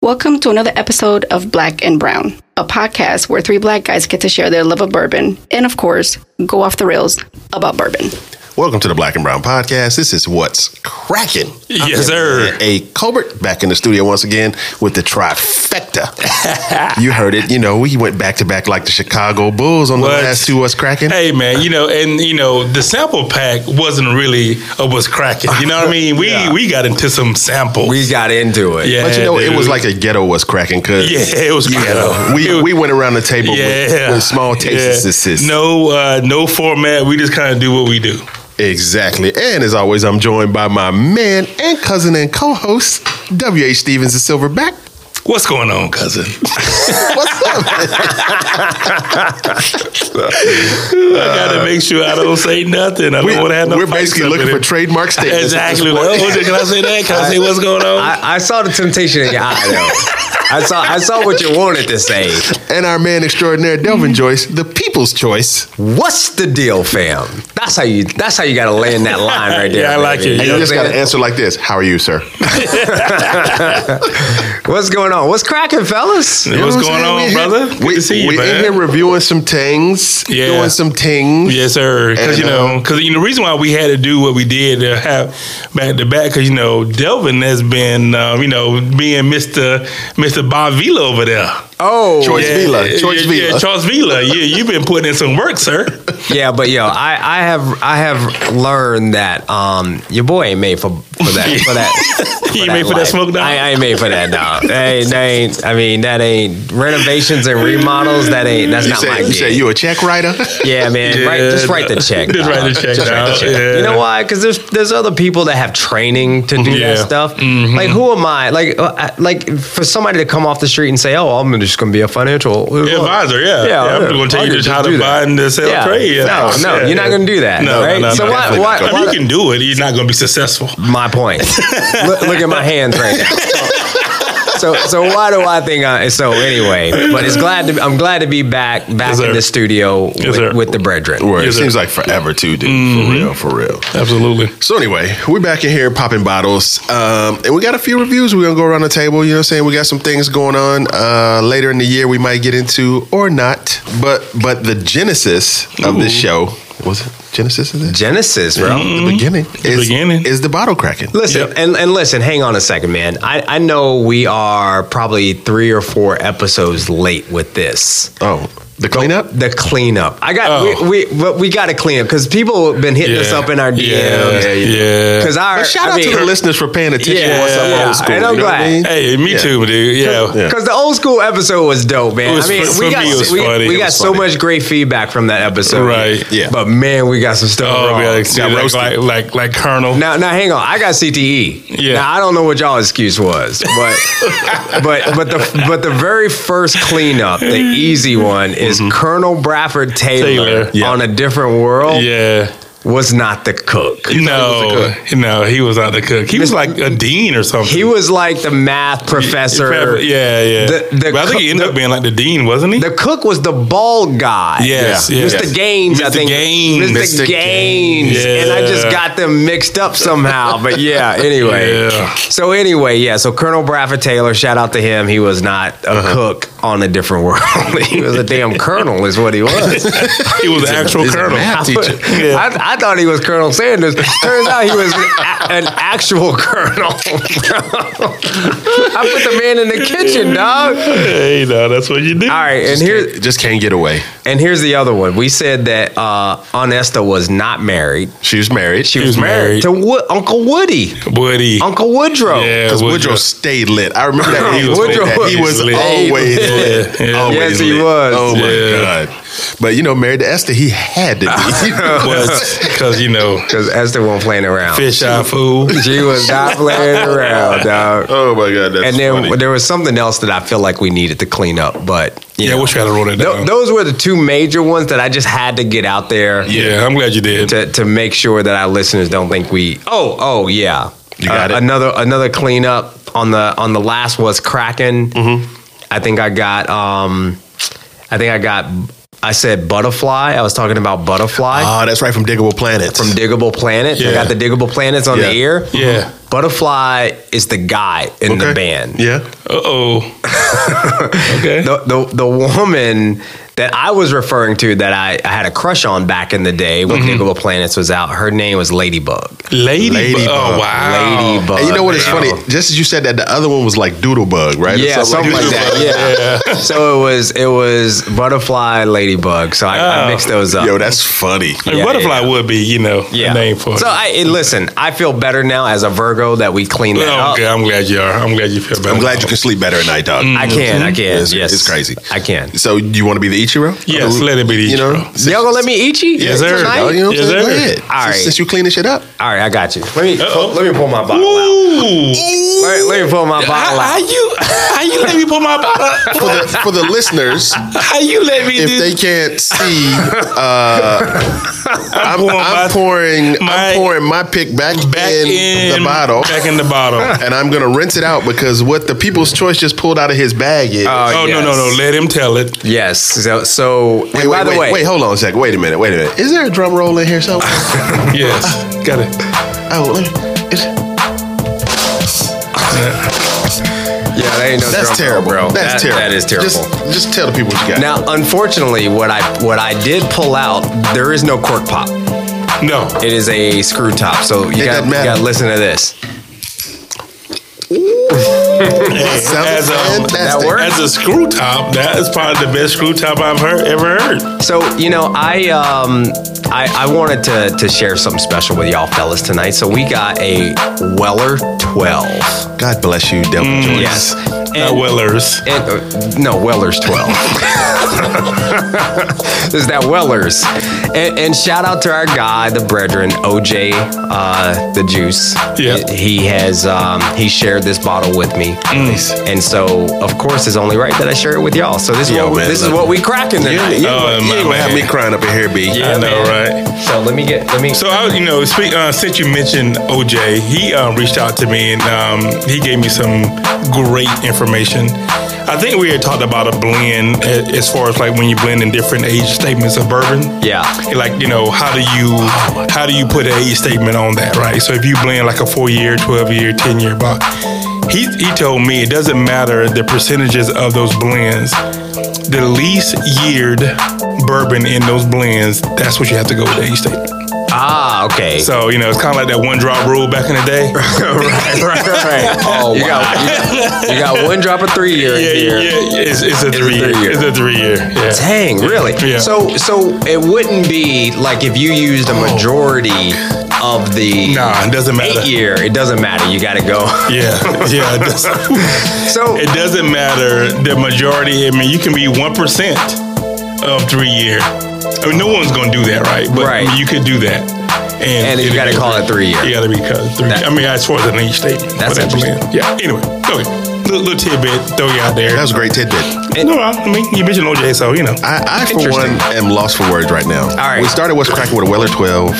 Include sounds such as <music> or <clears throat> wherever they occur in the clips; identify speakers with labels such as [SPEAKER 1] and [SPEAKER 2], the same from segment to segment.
[SPEAKER 1] Welcome to another episode of Black and Brown, a podcast where three black guys get to share their love of bourbon and, of course, go off the rails about bourbon.
[SPEAKER 2] Welcome to the Black and Brown Podcast. This is what's cracking.
[SPEAKER 3] Yes, sir.
[SPEAKER 2] A Colbert back in the studio once again with the
[SPEAKER 3] <laughs>
[SPEAKER 2] trifecta. you heard it. You know, we went back to back like the Chicago Bulls on
[SPEAKER 3] What?
[SPEAKER 2] the last two What's Cracking.
[SPEAKER 3] Hey man, you know, and you know, the sample pack wasn't really a was cracking. You know what I mean? We
[SPEAKER 2] Yeah.
[SPEAKER 3] we got into some samples.
[SPEAKER 4] We got into it.
[SPEAKER 3] yeah,
[SPEAKER 2] but you know, it was
[SPEAKER 3] dude.
[SPEAKER 2] like a ghetto What's Cracking because
[SPEAKER 3] yeah, it was ghetto. It
[SPEAKER 2] we,
[SPEAKER 3] was-
[SPEAKER 2] we went around the table
[SPEAKER 3] yeah,
[SPEAKER 2] with, with small tastes.
[SPEAKER 3] Yeah.
[SPEAKER 2] This is
[SPEAKER 3] No, uh, no format. We just kind of do what we do.
[SPEAKER 2] Exactly. And as always, I'm joined by my man and cousin and co host, W.H. Stevens the Silverback.
[SPEAKER 3] What's going on, cousin? <laughs>
[SPEAKER 2] What's up?
[SPEAKER 3] I gotta make sure I don't say nothing. I don't want to have no.
[SPEAKER 2] We're
[SPEAKER 3] fights
[SPEAKER 2] basically
[SPEAKER 3] up
[SPEAKER 2] looking
[SPEAKER 3] in
[SPEAKER 2] for
[SPEAKER 3] it. <laughs>
[SPEAKER 2] trademark statements.
[SPEAKER 3] Exactly. Like, oh, can I say that? Can I say what's going on?
[SPEAKER 4] I, I saw the temptation in your eye though. I saw I saw what you wanted to say.
[SPEAKER 2] And our man extraordinaire,
[SPEAKER 3] Mm-hmm.
[SPEAKER 2] Delvin Joyce, the people's choice.
[SPEAKER 4] What's the deal, fam? That's how you that's how you gotta land that line right there.
[SPEAKER 3] Yeah, I like
[SPEAKER 4] baby.
[SPEAKER 3] it.
[SPEAKER 2] And
[SPEAKER 3] Yeah,
[SPEAKER 2] you just
[SPEAKER 4] what
[SPEAKER 2] got
[SPEAKER 4] I'm
[SPEAKER 2] to answer like this How are you, sir?
[SPEAKER 4] saying? What's going on? What's cracking, fellas?
[SPEAKER 2] You know
[SPEAKER 3] what's
[SPEAKER 2] what I'm
[SPEAKER 3] going
[SPEAKER 2] saying?
[SPEAKER 3] on,
[SPEAKER 2] We here-
[SPEAKER 3] brother? Good
[SPEAKER 2] we,
[SPEAKER 3] to see you,
[SPEAKER 2] we
[SPEAKER 3] man.
[SPEAKER 2] in here reviewing some things,
[SPEAKER 3] Yeah.
[SPEAKER 2] doing some things.
[SPEAKER 3] Yes, sir. Because
[SPEAKER 2] And, uh,
[SPEAKER 3] you know, because you know, the reason why we had to do what we did to have back to back, because you know, Delvin has been, uh, you know, being Mister Mister Bob Vila over there.
[SPEAKER 4] Oh
[SPEAKER 2] Choice
[SPEAKER 3] Yeah,
[SPEAKER 2] Vila. Choice
[SPEAKER 3] yeah, yeah,
[SPEAKER 2] Vila.
[SPEAKER 3] Charles Vila. Yeah, you've been putting in some work, sir.
[SPEAKER 4] Yeah, but yo, I, I have I have learned that um your boy ain't made for for that for that.
[SPEAKER 3] <laughs> You ain't made for that
[SPEAKER 4] life.
[SPEAKER 3] smoke, dog?
[SPEAKER 4] I, I ain't made for that dog. That ain't, that ain't I mean that ain't renovations and remodels. That ain't that's
[SPEAKER 2] You
[SPEAKER 4] not
[SPEAKER 2] say,
[SPEAKER 4] my
[SPEAKER 2] you
[SPEAKER 4] gig.
[SPEAKER 2] say you a check writer?
[SPEAKER 4] yeah, man. Right,
[SPEAKER 3] Yeah,
[SPEAKER 4] just write the
[SPEAKER 3] dog.
[SPEAKER 4] check.
[SPEAKER 3] Just write the check, dog. Yeah.
[SPEAKER 4] You know why? Because there's there's other people that have training to do
[SPEAKER 3] Yeah. Mm-hmm.
[SPEAKER 4] that stuff. Like who am I? Like uh, I- like for somebody to come off the street and say, "Oh, I'm just going to be a financial
[SPEAKER 3] advisor, yeah. Yeah, I'm going to tell
[SPEAKER 4] I
[SPEAKER 3] you
[SPEAKER 4] could
[SPEAKER 3] just how to
[SPEAKER 4] do
[SPEAKER 3] buy
[SPEAKER 4] that.
[SPEAKER 3] and to sell
[SPEAKER 4] Yeah.
[SPEAKER 3] trade.
[SPEAKER 4] No, no, you're not gonna do that,
[SPEAKER 3] No,
[SPEAKER 4] right?
[SPEAKER 3] no, no,
[SPEAKER 4] So
[SPEAKER 3] no.
[SPEAKER 4] why-
[SPEAKER 3] Definitely
[SPEAKER 4] why-
[SPEAKER 3] not gonna-
[SPEAKER 4] why-
[SPEAKER 3] you can do it. He's not going to be successful.
[SPEAKER 4] My
[SPEAKER 3] <laughs>
[SPEAKER 4] point. look, look at my hands right now. So, so why do I think I? So anyway, but it's glad to. I'm glad to be back, back
[SPEAKER 3] Yes, sir.
[SPEAKER 4] in the studio
[SPEAKER 3] sir.
[SPEAKER 4] with, with the
[SPEAKER 2] <laughs>
[SPEAKER 4] brethren.
[SPEAKER 2] Word. It
[SPEAKER 3] Yes, sir. Mm-hmm.
[SPEAKER 2] seems like forever, too, dude. For real, for real.
[SPEAKER 3] Absolutely.
[SPEAKER 2] So anyway, we're back in here popping bottles, um, and we got a few reviews. We're gonna go around the table. You know, what I'm saying we got some things going on uh, later in the year. We might get into or not, but but the genesis of this show was it genesis of this
[SPEAKER 4] Genesis, bro.
[SPEAKER 3] Mm.
[SPEAKER 2] the beginning. is,
[SPEAKER 3] beginning.
[SPEAKER 2] is the bottle cracking.
[SPEAKER 4] Listen
[SPEAKER 3] Yep.
[SPEAKER 4] and, and listen, hang on a second, man. I, I know we are probably three or four episodes late with this.
[SPEAKER 2] Oh, the cleanup.
[SPEAKER 4] The cleanup. I got
[SPEAKER 3] Oh.
[SPEAKER 4] we, we but we got to clean up because people have been hitting us
[SPEAKER 3] Yeah.
[SPEAKER 4] up in our DMs.
[SPEAKER 3] Yeah, yeah.
[SPEAKER 4] Because our
[SPEAKER 2] But shout
[SPEAKER 4] I
[SPEAKER 2] out
[SPEAKER 4] mean,
[SPEAKER 2] to the listeners for paying attention.
[SPEAKER 4] Yeah,
[SPEAKER 2] once I'm
[SPEAKER 4] yeah.
[SPEAKER 2] old school,
[SPEAKER 4] And I'm
[SPEAKER 2] you know what
[SPEAKER 4] glad.
[SPEAKER 2] I mean?
[SPEAKER 3] Hey, me too, dude. Yeah.
[SPEAKER 2] Yeah.
[SPEAKER 4] Because the old school episode was dope, man.
[SPEAKER 3] It was
[SPEAKER 4] I mean,
[SPEAKER 3] fu- for
[SPEAKER 4] we got,
[SPEAKER 3] me, it was
[SPEAKER 4] we,
[SPEAKER 3] funny.
[SPEAKER 4] we
[SPEAKER 3] It
[SPEAKER 4] got
[SPEAKER 3] was
[SPEAKER 4] so
[SPEAKER 3] funny.
[SPEAKER 4] much great feedback from that episode.
[SPEAKER 3] Right.
[SPEAKER 2] Yeah.
[SPEAKER 4] But man, we got some stuff
[SPEAKER 3] Oh,
[SPEAKER 4] wrong.
[SPEAKER 3] yeah, like,
[SPEAKER 2] Got
[SPEAKER 3] like,
[SPEAKER 2] roasted.
[SPEAKER 3] like, like, like Colonel.
[SPEAKER 4] Now, now, hang on. I got CTE.
[SPEAKER 3] Yeah.
[SPEAKER 4] Now I don't know what y'all excuse was,
[SPEAKER 3] <laughs>
[SPEAKER 4] but but but the but the very first cleanup, the easy one, is Colonel Bradford Taylor,
[SPEAKER 3] Mm-hmm. Taylor. Yeah.
[SPEAKER 4] on a different world
[SPEAKER 3] Yeah.
[SPEAKER 4] was not the cook.
[SPEAKER 3] No, no, he was not the cook. He was like a dean or something.
[SPEAKER 4] He was like the math professor.
[SPEAKER 3] Yeah, yeah.
[SPEAKER 4] The- the
[SPEAKER 3] but I think he
[SPEAKER 4] cook-
[SPEAKER 3] ended up being like the dean, wasn't he?
[SPEAKER 4] The cook was the bald guy.
[SPEAKER 3] Yes, yes.
[SPEAKER 4] Mr. Gaines, I
[SPEAKER 3] Mr.
[SPEAKER 4] think.
[SPEAKER 3] Gaines.
[SPEAKER 4] Mr.
[SPEAKER 3] Mr.
[SPEAKER 4] Gaines.
[SPEAKER 3] Gaines.
[SPEAKER 4] And I just
[SPEAKER 3] Yeah.
[SPEAKER 4] got them mixed up somehow. But yeah, anyway.
[SPEAKER 3] <laughs> Yeah.
[SPEAKER 4] So anyway, yeah. So Colonel Bradford Taylor, shout out to him. He was not a
[SPEAKER 3] Uh-huh.
[SPEAKER 4] cook on a different <laughs> world. he was a damn colonel, is what he was.
[SPEAKER 3] <laughs> he
[SPEAKER 4] <laughs>
[SPEAKER 3] was the actual colonel.
[SPEAKER 2] math teacher.
[SPEAKER 3] <laughs> Yeah.
[SPEAKER 4] I, I thought he was Colonel Sanders. Turns out he was a- an actual <laughs> colonel. I put the man in the kitchen, dog.
[SPEAKER 3] hey, no, that's what you do.
[SPEAKER 4] All right, and
[SPEAKER 2] Just
[SPEAKER 4] here's
[SPEAKER 2] can't- just can't get away.
[SPEAKER 4] And here's the other one. We said that uh, Onesta was not married.
[SPEAKER 2] She was married.
[SPEAKER 4] She
[SPEAKER 3] was
[SPEAKER 4] was married
[SPEAKER 3] married.
[SPEAKER 4] to Wo- Uncle Woody,
[SPEAKER 3] Woody.
[SPEAKER 4] Uncle Woodrow.
[SPEAKER 3] Yeah,
[SPEAKER 2] Because Woodrow
[SPEAKER 3] Woodrow.
[SPEAKER 2] stayed lit. I remember that
[SPEAKER 3] <laughs>
[SPEAKER 2] when he was
[SPEAKER 4] Woodrow
[SPEAKER 2] lit. He was
[SPEAKER 3] was lit.
[SPEAKER 2] always
[SPEAKER 4] Yeah.
[SPEAKER 2] lit.
[SPEAKER 3] Yeah.
[SPEAKER 2] Always
[SPEAKER 4] Yes, he
[SPEAKER 2] lit.
[SPEAKER 4] was.
[SPEAKER 2] Oh my
[SPEAKER 3] Yeah.
[SPEAKER 2] god! But you know, married to Esther, he had to be.
[SPEAKER 3] <laughs> Because, you know,
[SPEAKER 4] Because Esther wasn't playing around.
[SPEAKER 3] fish eye
[SPEAKER 4] <laughs>
[SPEAKER 3] fool.
[SPEAKER 4] She was
[SPEAKER 3] <laughs>
[SPEAKER 4] not playing around, dog.
[SPEAKER 2] oh my god! That's
[SPEAKER 4] And then
[SPEAKER 2] funny.
[SPEAKER 4] there was something else that I feel like we needed to clean up, but you
[SPEAKER 3] Yeah,
[SPEAKER 4] know,
[SPEAKER 3] we'll try to roll that
[SPEAKER 4] tho-
[SPEAKER 3] down.
[SPEAKER 4] those were the two major ones that I just had to get out there
[SPEAKER 3] yeah, I'm glad you did.
[SPEAKER 4] to, to make sure that our listeners don't think we. Oh, oh yeah.
[SPEAKER 2] You got it?
[SPEAKER 4] Another another cleanup on the on the last was cracking.
[SPEAKER 2] Mm-hmm.
[SPEAKER 4] I think I got um, I think I got I said butterfly. I was talking about butterfly
[SPEAKER 2] Ah, that's right from Diggable Planets.
[SPEAKER 4] from Diggable Planets. I
[SPEAKER 3] Yeah.
[SPEAKER 4] got the Diggable Planets on
[SPEAKER 2] Yeah.
[SPEAKER 4] the ear.
[SPEAKER 3] Yeah.
[SPEAKER 4] Butterfly is the guy in the
[SPEAKER 2] Okay.
[SPEAKER 4] band.
[SPEAKER 2] Yeah.
[SPEAKER 3] Uh oh. okay.
[SPEAKER 4] The, the the woman that I was referring to that I, I had a crush on back in the day when
[SPEAKER 2] Mm-hmm.
[SPEAKER 4] Nickel Planets was out, her name was Ladybug.
[SPEAKER 3] Lady.
[SPEAKER 2] Ladybug.
[SPEAKER 3] Oh wow.
[SPEAKER 4] Ladybug.
[SPEAKER 2] and you know what is
[SPEAKER 4] man.
[SPEAKER 2] funny? Just as you said that, the other one was like Doodlebug, right? Or
[SPEAKER 4] Yeah, something like
[SPEAKER 2] <laughs>
[SPEAKER 4] that. Yeah. So it was it was butterfly ladybug. So I, I
[SPEAKER 3] Oh.
[SPEAKER 4] mixed those up.
[SPEAKER 2] Yo, that's funny.
[SPEAKER 3] I mean,
[SPEAKER 4] Yeah,
[SPEAKER 3] butterfly would be, you know,
[SPEAKER 4] yeah.
[SPEAKER 3] a name for it.
[SPEAKER 4] So I and listen, I feel better now as a Virgo that we cleaned that
[SPEAKER 3] oh,
[SPEAKER 4] up.
[SPEAKER 3] okay. I'm glad you are. I'm glad you feel better.
[SPEAKER 2] I'm glad you can sleep better at night, dog.
[SPEAKER 4] I can, I can.
[SPEAKER 2] Mm-hmm. It's,
[SPEAKER 4] yes,
[SPEAKER 2] it's crazy.
[SPEAKER 4] I can.
[SPEAKER 2] So you want to be the Ichiro?
[SPEAKER 3] Yes,
[SPEAKER 2] Or the-
[SPEAKER 3] let it be the
[SPEAKER 2] You know,
[SPEAKER 3] Ichiro.
[SPEAKER 2] since-
[SPEAKER 4] Y'all gonna let me eat you?
[SPEAKER 3] Yes, sir.
[SPEAKER 4] tonight?
[SPEAKER 2] Dog, you know what I'm
[SPEAKER 3] Yes,
[SPEAKER 2] saying? Go
[SPEAKER 3] sir.
[SPEAKER 2] ahead.
[SPEAKER 4] All
[SPEAKER 2] Since-
[SPEAKER 4] right.
[SPEAKER 2] Since you cleaning shit up.
[SPEAKER 4] All right, I got you. Let me
[SPEAKER 3] Uh-oh.
[SPEAKER 4] let me pull my bottle out.
[SPEAKER 3] Ooh.
[SPEAKER 4] Let, let me pull my
[SPEAKER 3] How,
[SPEAKER 4] bottle
[SPEAKER 3] how
[SPEAKER 4] out.
[SPEAKER 3] you? How you let me put my bottle?
[SPEAKER 2] For the, for the listeners,
[SPEAKER 3] How you let me
[SPEAKER 2] if
[SPEAKER 3] do?
[SPEAKER 2] they can't see, uh, I'm,
[SPEAKER 3] pouring
[SPEAKER 2] I'm
[SPEAKER 3] my-
[SPEAKER 2] pouring,
[SPEAKER 3] my-
[SPEAKER 2] I'm pouring my pick back,
[SPEAKER 3] back
[SPEAKER 2] in, the bottle,
[SPEAKER 3] Back in the
[SPEAKER 2] <laughs>
[SPEAKER 3] bottle. oh
[SPEAKER 2] and I'm gonna rinse it out because what the People's Choice just pulled out of his bag is.
[SPEAKER 3] Oh, no no no! Let him tell it.
[SPEAKER 4] Oh, Yes. So, so
[SPEAKER 2] Wait,
[SPEAKER 4] and
[SPEAKER 2] wait,
[SPEAKER 4] by the
[SPEAKER 2] wait,
[SPEAKER 4] way,
[SPEAKER 2] wait, hold on a second. Wait a minute. Wait a minute. Is there a drum roll in here <laughs> somewhere? <laughs>
[SPEAKER 3] Yes, got it.
[SPEAKER 2] oh, let me, it's-
[SPEAKER 4] yeah, that ain't no
[SPEAKER 2] that's
[SPEAKER 4] drum roll,
[SPEAKER 2] terrible.
[SPEAKER 4] bro.
[SPEAKER 2] That's
[SPEAKER 4] That-
[SPEAKER 2] terrible.
[SPEAKER 4] That is terrible.
[SPEAKER 2] Just, just tell the people what you got.
[SPEAKER 4] now, unfortunately, what I what I did pull out, there is no cork pop.
[SPEAKER 3] No.
[SPEAKER 4] It is a screw top. So you
[SPEAKER 2] It
[SPEAKER 4] got
[SPEAKER 2] doesn't
[SPEAKER 4] you
[SPEAKER 2] matter.
[SPEAKER 4] got to listen to this.
[SPEAKER 2] That sounds
[SPEAKER 3] As a,
[SPEAKER 2] fantastic.
[SPEAKER 4] um, that works?
[SPEAKER 3] as a screw top, that is probably the best screw top I've heard ever heard.
[SPEAKER 4] So you know, I um, I, I wanted to to share something special with y'all fellas tonight. So we got a Weller twelve. Mm,
[SPEAKER 2] God bless you, Devil Joyce.
[SPEAKER 4] Yes.
[SPEAKER 3] Not Wellers.
[SPEAKER 4] And, uh, no, Weller's 12. <laughs> Is that Weller's? And, and shout out to our guy, the brethren, OJ, uh, the juice.
[SPEAKER 3] Yeah.
[SPEAKER 4] He, he has um, he shared this bottle with me,
[SPEAKER 3] Mm.
[SPEAKER 4] and so of course it's only right that I share it with y'all. So this is
[SPEAKER 2] Yo,
[SPEAKER 4] what we-
[SPEAKER 2] man,
[SPEAKER 4] this is
[SPEAKER 2] look.
[SPEAKER 4] what we cracking
[SPEAKER 2] You,
[SPEAKER 4] tonight.
[SPEAKER 2] you,
[SPEAKER 3] Oh,
[SPEAKER 2] you
[SPEAKER 3] my
[SPEAKER 2] ain't gonna have me
[SPEAKER 3] man.
[SPEAKER 2] crying up in here, B.
[SPEAKER 4] Yeah,
[SPEAKER 3] I know,
[SPEAKER 4] man.
[SPEAKER 3] right?
[SPEAKER 4] So let me get let me.
[SPEAKER 3] So I, was- you know, speak, uh, since you mentioned OJ, he uh, reached out to me and um, he gave me some great information. I think we had talked about a blend a- as far as like when you blend in different age statements of bourbon.
[SPEAKER 4] yeah.
[SPEAKER 3] like you know how do you how do you put an age statement on that right so if you blend like a four year 12 year 10 year box he, he told me it doesn't matter the percentages of those blends the least yeared bourbon in those blends that's what you have to go with the age statement
[SPEAKER 4] Ah, okay.
[SPEAKER 3] so you know it's kind of like that one drop rule back in the day
[SPEAKER 4] <laughs> right, right, right. Oh, you, got, you, got, you got one drop of three year
[SPEAKER 3] <laughs>
[SPEAKER 4] in
[SPEAKER 3] yeah
[SPEAKER 4] here.
[SPEAKER 3] yeah it's, it's a three year
[SPEAKER 4] three-year.
[SPEAKER 3] it's a three year yeah
[SPEAKER 4] Dang, really?
[SPEAKER 3] Yeah.
[SPEAKER 4] So so it wouldn't be like if you used a majority of the
[SPEAKER 3] Oh. Nah, it doesn't matter.
[SPEAKER 4] eight year, it doesn't matter. You gotta go. <laughs>
[SPEAKER 3] yeah yeah it does. <laughs>
[SPEAKER 4] So
[SPEAKER 3] It doesn't matter the majority. I mean, you can be one percent of three year. I mean, no one's gonna do that, right? But I
[SPEAKER 4] Right.
[SPEAKER 3] mean, you could do that,
[SPEAKER 4] And you
[SPEAKER 3] it'll
[SPEAKER 4] gotta
[SPEAKER 3] be-
[SPEAKER 4] call it three year.
[SPEAKER 3] You gotta be called three.
[SPEAKER 4] That-
[SPEAKER 3] I mean, as far as an age statement,
[SPEAKER 4] That's
[SPEAKER 3] but
[SPEAKER 4] interesting.
[SPEAKER 3] blend. Yeah. Anyway, okay. Little, little tidbit, throw you out there.
[SPEAKER 2] That was a great tidbit.
[SPEAKER 3] no, I, I mean, you mentioned OJ, so you know.
[SPEAKER 2] I, I for
[SPEAKER 4] Interesting.
[SPEAKER 2] one, am lost for words right now. All
[SPEAKER 4] right.
[SPEAKER 2] We started What's Cracking with a Weller 12.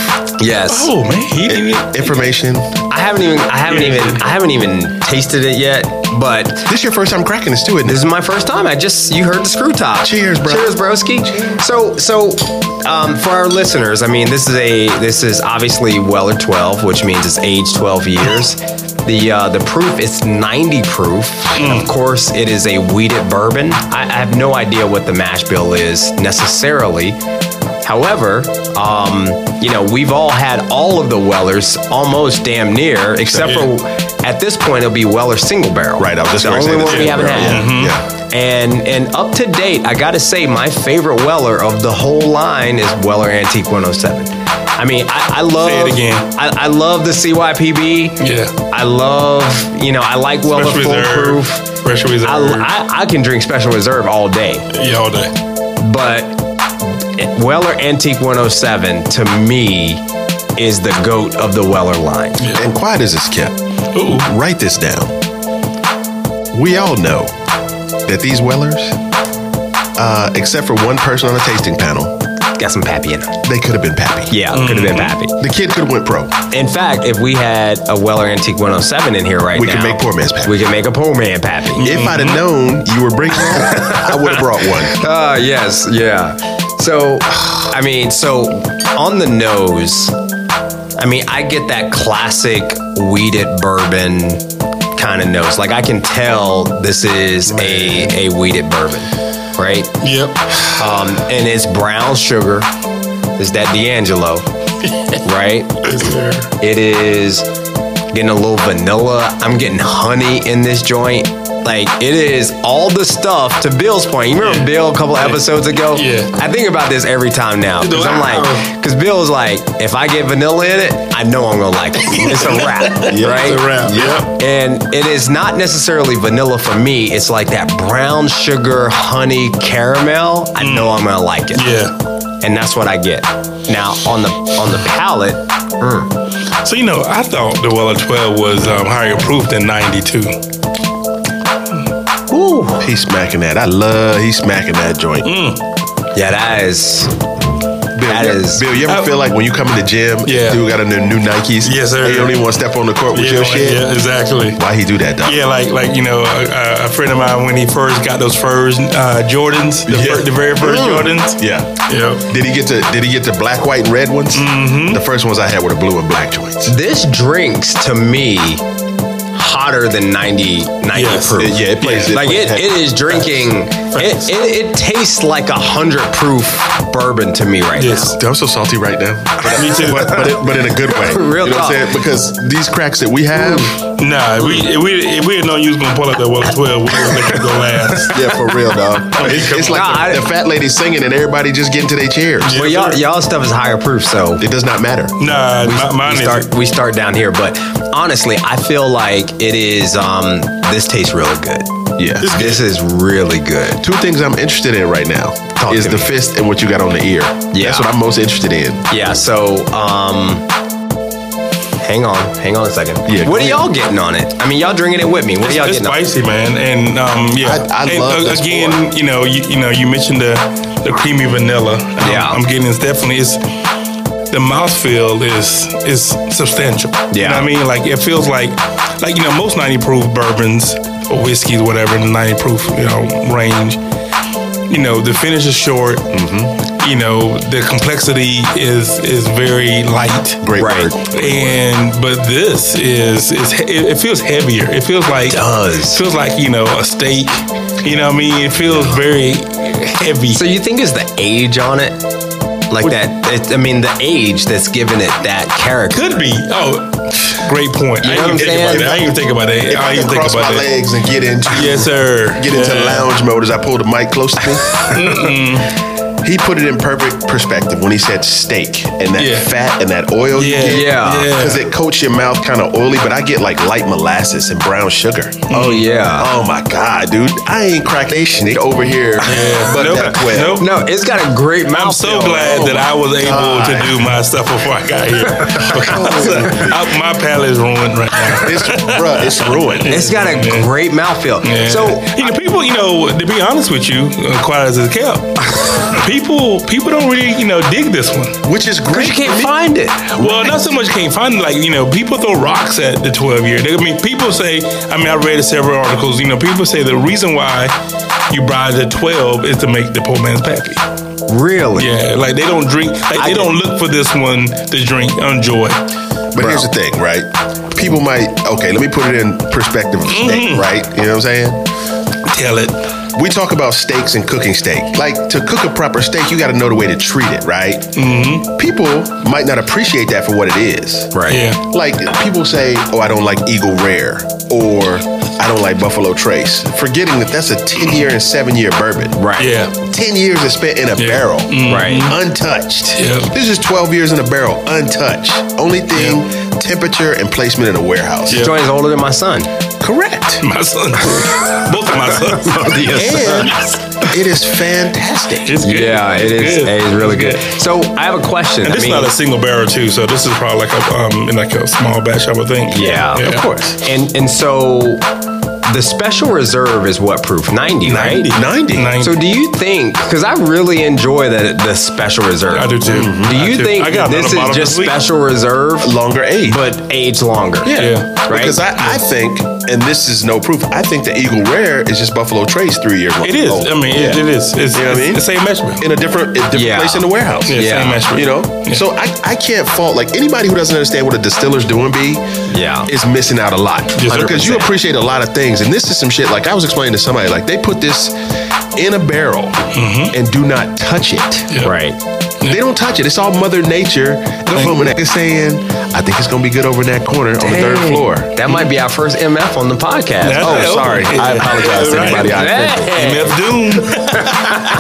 [SPEAKER 4] yes.
[SPEAKER 3] oh man, he didn't. even-
[SPEAKER 2] Information.
[SPEAKER 4] I haven't even I haven't
[SPEAKER 3] Yeah.
[SPEAKER 4] even I haven't even tasted it yet, but
[SPEAKER 2] This your first time cracking this, too, isn't
[SPEAKER 4] this
[SPEAKER 2] it?
[SPEAKER 4] is my first time. I just you heard the screw top.
[SPEAKER 2] Cheers, bro.
[SPEAKER 4] Cheers, broski. So so um, for our listeners, I mean this is a this is obviously Weller 12, which means it's age 12 years. The uh, the proof is 90 proof.
[SPEAKER 2] Mm.
[SPEAKER 4] And Of course, it is a weeded bourbon. I, I have no idea what the mash bill is necessarily. However, um, you know, we've all had all of the Wellers almost damn near, except for at this point it'll be Weller single barrel.
[SPEAKER 2] Right, I was just
[SPEAKER 4] the
[SPEAKER 2] gonna say
[SPEAKER 4] only
[SPEAKER 2] the
[SPEAKER 4] one we
[SPEAKER 2] single
[SPEAKER 4] haven't
[SPEAKER 2] barrel,
[SPEAKER 4] had.
[SPEAKER 2] Yeah. Mm-hmm.
[SPEAKER 4] And and up to date, I gotta say, my favorite Weller of the whole line is Weller Antique 107. I mean, I, I love
[SPEAKER 3] Say it again.
[SPEAKER 4] I, I love the CYPB.
[SPEAKER 3] Yeah.
[SPEAKER 4] I love, you know, I like Weller
[SPEAKER 3] Special
[SPEAKER 4] Full
[SPEAKER 3] reserve.
[SPEAKER 4] Proof.
[SPEAKER 3] Special reserve.
[SPEAKER 4] I, I, I can drink Special Reserve all day,
[SPEAKER 3] yeah, all day.
[SPEAKER 4] but Weller Antique 107 to me is the goat of the Weller line.
[SPEAKER 2] And quiet as it's kept,
[SPEAKER 3] Ooh.
[SPEAKER 2] write this down. We all know that these Wellers, uh, except for one person on the tasting panel,
[SPEAKER 4] Got some pappy in it.
[SPEAKER 2] they could have been Pappy.
[SPEAKER 4] Yeah,
[SPEAKER 3] Mm-hmm.
[SPEAKER 4] could have been pappy.
[SPEAKER 2] The kid could have went pro.
[SPEAKER 4] In fact, if we had a Weller Antique 107 in here right
[SPEAKER 2] We
[SPEAKER 4] now,
[SPEAKER 2] could make poor man's pappy.
[SPEAKER 4] We could make a poor man pappy.
[SPEAKER 2] If I'd
[SPEAKER 4] Mm-hmm.
[SPEAKER 2] have known you were
[SPEAKER 4] <laughs>
[SPEAKER 2] bringing that, I would have brought one.
[SPEAKER 4] Ah, yes, yeah. So, I mean, so on the nose, I mean, I get that classic weeded bourbon kind of nose. Like I can tell this is a a weeded bourbon, right?
[SPEAKER 3] Yep.
[SPEAKER 4] Um, and it's brown sugar. It's that
[SPEAKER 2] <laughs>
[SPEAKER 4] D'Angelo, right? It is getting a little vanilla. I'm getting honey in this joint. Like it is all the stuff to Bill's point. You remember
[SPEAKER 3] Yeah.
[SPEAKER 4] Bill a couple episodes ago?
[SPEAKER 3] Yeah.
[SPEAKER 4] I think about this every time now. Cause I'm
[SPEAKER 3] Wow.
[SPEAKER 4] like, cause Bill's like, if I get vanilla in it, I know I'm gonna like it. It's a
[SPEAKER 3] <laughs>
[SPEAKER 4] wrap, right?
[SPEAKER 3] It's a wrap. Yep.
[SPEAKER 4] And it is not necessarily vanilla for me. It's like that brown sugar, honey, caramel. I know I'm gonna like it.
[SPEAKER 3] Mm. Yeah.
[SPEAKER 4] And that's what I get. Now on the on the palate,
[SPEAKER 3] So you know, I thought the Weller 12 was um, higher proof than 92. It
[SPEAKER 2] He's smacking that. I love. He's smacking that joint.
[SPEAKER 4] yeah, that is
[SPEAKER 2] Bill,
[SPEAKER 4] That
[SPEAKER 2] you-
[SPEAKER 4] is-
[SPEAKER 2] Bill, you ever
[SPEAKER 3] I-
[SPEAKER 2] feel like when you come in the gym,
[SPEAKER 3] Yeah.
[SPEAKER 2] dude got on their new Nikes?
[SPEAKER 3] Yes, sir.
[SPEAKER 2] And you don't even want to step on the court with your shit?
[SPEAKER 3] yeah, exactly.
[SPEAKER 2] Why he do that, dog?
[SPEAKER 3] Yeah, like like you know, a, a friend of mine when he first got those first uh, Jordans, the,
[SPEAKER 2] Yeah.
[SPEAKER 3] fir- the very first Jordans.
[SPEAKER 2] Mm. Yeah.
[SPEAKER 3] Yeah.
[SPEAKER 2] Did he get to Did he get to black, white, and red ones? Mm-hmm. The first ones I had were the blue and black joints.
[SPEAKER 4] this drinks to me hotter than 90, 90
[SPEAKER 3] Yes.
[SPEAKER 4] proof.
[SPEAKER 2] It- yeah, it plays- it
[SPEAKER 4] like
[SPEAKER 2] plays
[SPEAKER 4] it, it is
[SPEAKER 2] <laughs>
[SPEAKER 4] drinking. It, it, it tastes like a hundred proof bourbon to me right
[SPEAKER 3] Yes.
[SPEAKER 2] Dude, I'm so salty right now. But,
[SPEAKER 3] Me too.
[SPEAKER 2] <laughs> But, but, it, but in a good way.
[SPEAKER 4] <laughs> Real
[SPEAKER 2] you know
[SPEAKER 4] talk.
[SPEAKER 2] what I'm saying? Because these cracks that we have,
[SPEAKER 3] Nah, if we if we if we had known you was gonna pull up that Weller 12, we would have let you go last.
[SPEAKER 2] yeah, for real,
[SPEAKER 3] <laughs>
[SPEAKER 2] dog. It's, it's like
[SPEAKER 4] Nah, I-
[SPEAKER 2] the, the fat lady singing and everybody just getting to their chairs.
[SPEAKER 4] now. Well, y'all y'all stuff is higher proof, so
[SPEAKER 2] It does not matter.
[SPEAKER 3] Nah, my, mine
[SPEAKER 4] we
[SPEAKER 3] is
[SPEAKER 4] start we start down here. But honestly, I feel like it is. Um, this tastes really good.
[SPEAKER 2] Yeah.
[SPEAKER 4] This is really good.
[SPEAKER 2] Two things I'm interested in right now
[SPEAKER 4] Talk
[SPEAKER 2] is
[SPEAKER 4] to
[SPEAKER 2] the
[SPEAKER 4] me.
[SPEAKER 2] fist and what you got on the ear.
[SPEAKER 4] Yeah.
[SPEAKER 2] That's what I'm most interested in.
[SPEAKER 4] Yeah. So, um, hang on, hang on a second.
[SPEAKER 2] Yeah, go
[SPEAKER 4] What are
[SPEAKER 2] ahead.
[SPEAKER 4] y'all getting on it? I mean, y'all drinking it with me. What are y'all
[SPEAKER 3] it's
[SPEAKER 4] getting? on?
[SPEAKER 3] spicy, man, and um, yeah.
[SPEAKER 2] I- I
[SPEAKER 3] and,
[SPEAKER 2] love
[SPEAKER 3] uh,
[SPEAKER 2] this
[SPEAKER 3] again,
[SPEAKER 2] one.
[SPEAKER 3] you know, you, you know, you mentioned the the creamy vanilla. Um,
[SPEAKER 4] Yeah.
[SPEAKER 3] I'm getting it's definitely it's the mouthfeel is is substantial.
[SPEAKER 4] Yeah.
[SPEAKER 3] you know what I mean, like it feels like like you know most 90 proof bourbons or whiskeys, whatever in the 90 proof you know range. You know, the finish is short.
[SPEAKER 4] Mm-hmm.
[SPEAKER 3] You know, the complexity is is very light
[SPEAKER 2] Great
[SPEAKER 4] Right.
[SPEAKER 2] word.
[SPEAKER 3] and but this is is it, it feels heavier. It feels like
[SPEAKER 4] does.
[SPEAKER 3] feels like you know a steak. You know what I mean? It feels very heavy.
[SPEAKER 4] So you think it's the age on it? Like that? It, I mean, the age that's giving it that character.
[SPEAKER 3] Could be. Oh, great point. I
[SPEAKER 4] know what I'm
[SPEAKER 3] didn't think about
[SPEAKER 4] saying?
[SPEAKER 3] that. I didn't even think about that.
[SPEAKER 2] If
[SPEAKER 3] I
[SPEAKER 2] I,
[SPEAKER 3] didn't
[SPEAKER 2] can
[SPEAKER 3] think
[SPEAKER 2] cross my
[SPEAKER 3] about that.
[SPEAKER 2] legs and get into
[SPEAKER 3] Yes, sir.
[SPEAKER 2] get into
[SPEAKER 3] Yeah.
[SPEAKER 2] lounge mode as I pull the mic close to me. he put it in perfect perspective when he said steak and that
[SPEAKER 3] Yeah.
[SPEAKER 2] fat and that oil
[SPEAKER 3] Yeah,
[SPEAKER 2] you get.
[SPEAKER 4] Yeah.
[SPEAKER 2] Because it coats your mouth kind of oily, but I get like light molasses and brown sugar.
[SPEAKER 4] Oh yeah.
[SPEAKER 2] Oh my God, dude. I ain't crack nation over here. But
[SPEAKER 3] Nope.
[SPEAKER 2] that quick.
[SPEAKER 3] Nope.
[SPEAKER 4] No, it's got a great
[SPEAKER 3] Oh. I'm so
[SPEAKER 4] mouthfeel.
[SPEAKER 3] glad that I was
[SPEAKER 2] God.
[SPEAKER 3] able to do my stuff before I got here. Because I- my palate is ruined right now.
[SPEAKER 2] <laughs> It's, bruh, it's ruined.
[SPEAKER 4] <laughs> It's got a
[SPEAKER 3] Yeah.
[SPEAKER 4] great mouthfeel.
[SPEAKER 3] Yeah.
[SPEAKER 4] So
[SPEAKER 3] you know, people, you know, to be honest with you, uh, quiet as it's
[SPEAKER 2] <laughs>
[SPEAKER 3] kept, people, people don't really, you know, dig this one.
[SPEAKER 2] Which is great.
[SPEAKER 4] you can't find it.
[SPEAKER 3] Well, not so much can't find it. Like you know, people throw rocks at the twelve year. They- I mean, people say. I mean, I read several articles. You know, people say the reason why you buy the twelve is to make the poor man's pappy.
[SPEAKER 4] Really?
[SPEAKER 3] Yeah, like they don't drink. Like they don't look for this one to drink. Enjoy.
[SPEAKER 2] But here's the thing, right? People might okay. Let me put it in perspective of steak, right? You know what I'm
[SPEAKER 3] Tell it.
[SPEAKER 2] saying? We talk about steaks and cooking steak. Like to cook a proper steak, you got to know the way to treat it, right? Mm-hmm. People might not appreciate that for what it is.
[SPEAKER 4] Right.
[SPEAKER 3] Yeah.
[SPEAKER 2] Like people say, "Oh, I don't like Eagle Rare," or "I don't like Buffalo Trace," forgetting that that's a ten-year and seven-year bourbon.
[SPEAKER 4] Right. Mm-hmm.
[SPEAKER 3] Yeah.
[SPEAKER 2] Ten years is spent in a
[SPEAKER 3] Mm-hmm. Yeah.
[SPEAKER 2] barrel.
[SPEAKER 4] Right.
[SPEAKER 2] untouched.
[SPEAKER 3] Yep.
[SPEAKER 2] This is 12 years in a barrel, untouched. Only thing, temperature and placement in a warehouse.
[SPEAKER 3] Yep.
[SPEAKER 4] Joint is older than my son.
[SPEAKER 2] Correct.
[SPEAKER 3] My son. <laughs> Both of my
[SPEAKER 4] <laughs>
[SPEAKER 3] sons.
[SPEAKER 4] Oh,
[SPEAKER 2] And
[SPEAKER 3] <laughs>
[SPEAKER 2] it is fantastic.
[SPEAKER 3] It's good.
[SPEAKER 4] Yeah, it
[SPEAKER 3] It's
[SPEAKER 4] is.
[SPEAKER 3] good.
[SPEAKER 4] It is really good. So I have a question.
[SPEAKER 3] And
[SPEAKER 4] I
[SPEAKER 3] this
[SPEAKER 4] mean-
[SPEAKER 3] is not a single barrel too, so this is probably like a um in like a small batch, I would think.
[SPEAKER 4] Yeah, of course. And and so the special reserve is what proof? 90, right?
[SPEAKER 2] 90.
[SPEAKER 3] 90.
[SPEAKER 4] So do you think cuz I really enjoy the the special reserve. Mm-hmm.
[SPEAKER 3] I do too.
[SPEAKER 4] Do
[SPEAKER 3] I
[SPEAKER 4] you think
[SPEAKER 3] I got
[SPEAKER 4] this
[SPEAKER 3] another bottle
[SPEAKER 4] is just
[SPEAKER 3] week.
[SPEAKER 4] special reserve
[SPEAKER 2] Longer age.
[SPEAKER 4] but age longer?
[SPEAKER 3] Yeah.
[SPEAKER 4] Right?
[SPEAKER 2] Because I, I think and this is no proof. I think the Eagle Rare is just Buffalo Trace three years
[SPEAKER 3] It is.
[SPEAKER 2] old.
[SPEAKER 3] I mean, it,
[SPEAKER 2] Yeah.
[SPEAKER 3] it is. It's,
[SPEAKER 2] Oh. You know what I
[SPEAKER 3] it's
[SPEAKER 2] mean?
[SPEAKER 3] the same measurement.
[SPEAKER 2] in a different, a different
[SPEAKER 4] Yeah.
[SPEAKER 2] place in the warehouse.
[SPEAKER 3] Yeah,
[SPEAKER 4] Yeah.
[SPEAKER 3] same measurement.
[SPEAKER 2] You know, so I, I can't fault like anybody who doesn't understand what a distiller's doing. Be
[SPEAKER 4] Yeah.
[SPEAKER 2] is missing out a lot
[SPEAKER 3] Yes, sir.
[SPEAKER 2] because you
[SPEAKER 3] 100%.
[SPEAKER 2] appreciate a lot of things, and this is some shit. Like I was explaining to somebody, like they put this in a barrel and do not touch it.
[SPEAKER 3] Mm-hmm. Yeah.
[SPEAKER 4] Right.
[SPEAKER 2] They don't touch it. It's all Mother Nature. Government is saying, I think it's gonna be good over in that corner on the third
[SPEAKER 4] Dang.
[SPEAKER 2] floor.
[SPEAKER 4] That might be our first MF on the podcast.
[SPEAKER 3] That's
[SPEAKER 2] Oh,
[SPEAKER 3] right.
[SPEAKER 2] sorry. I apologize to
[SPEAKER 3] Right.
[SPEAKER 2] anybody. out there.
[SPEAKER 4] Hey.
[SPEAKER 3] MF
[SPEAKER 2] <laughs>
[SPEAKER 3] Doom.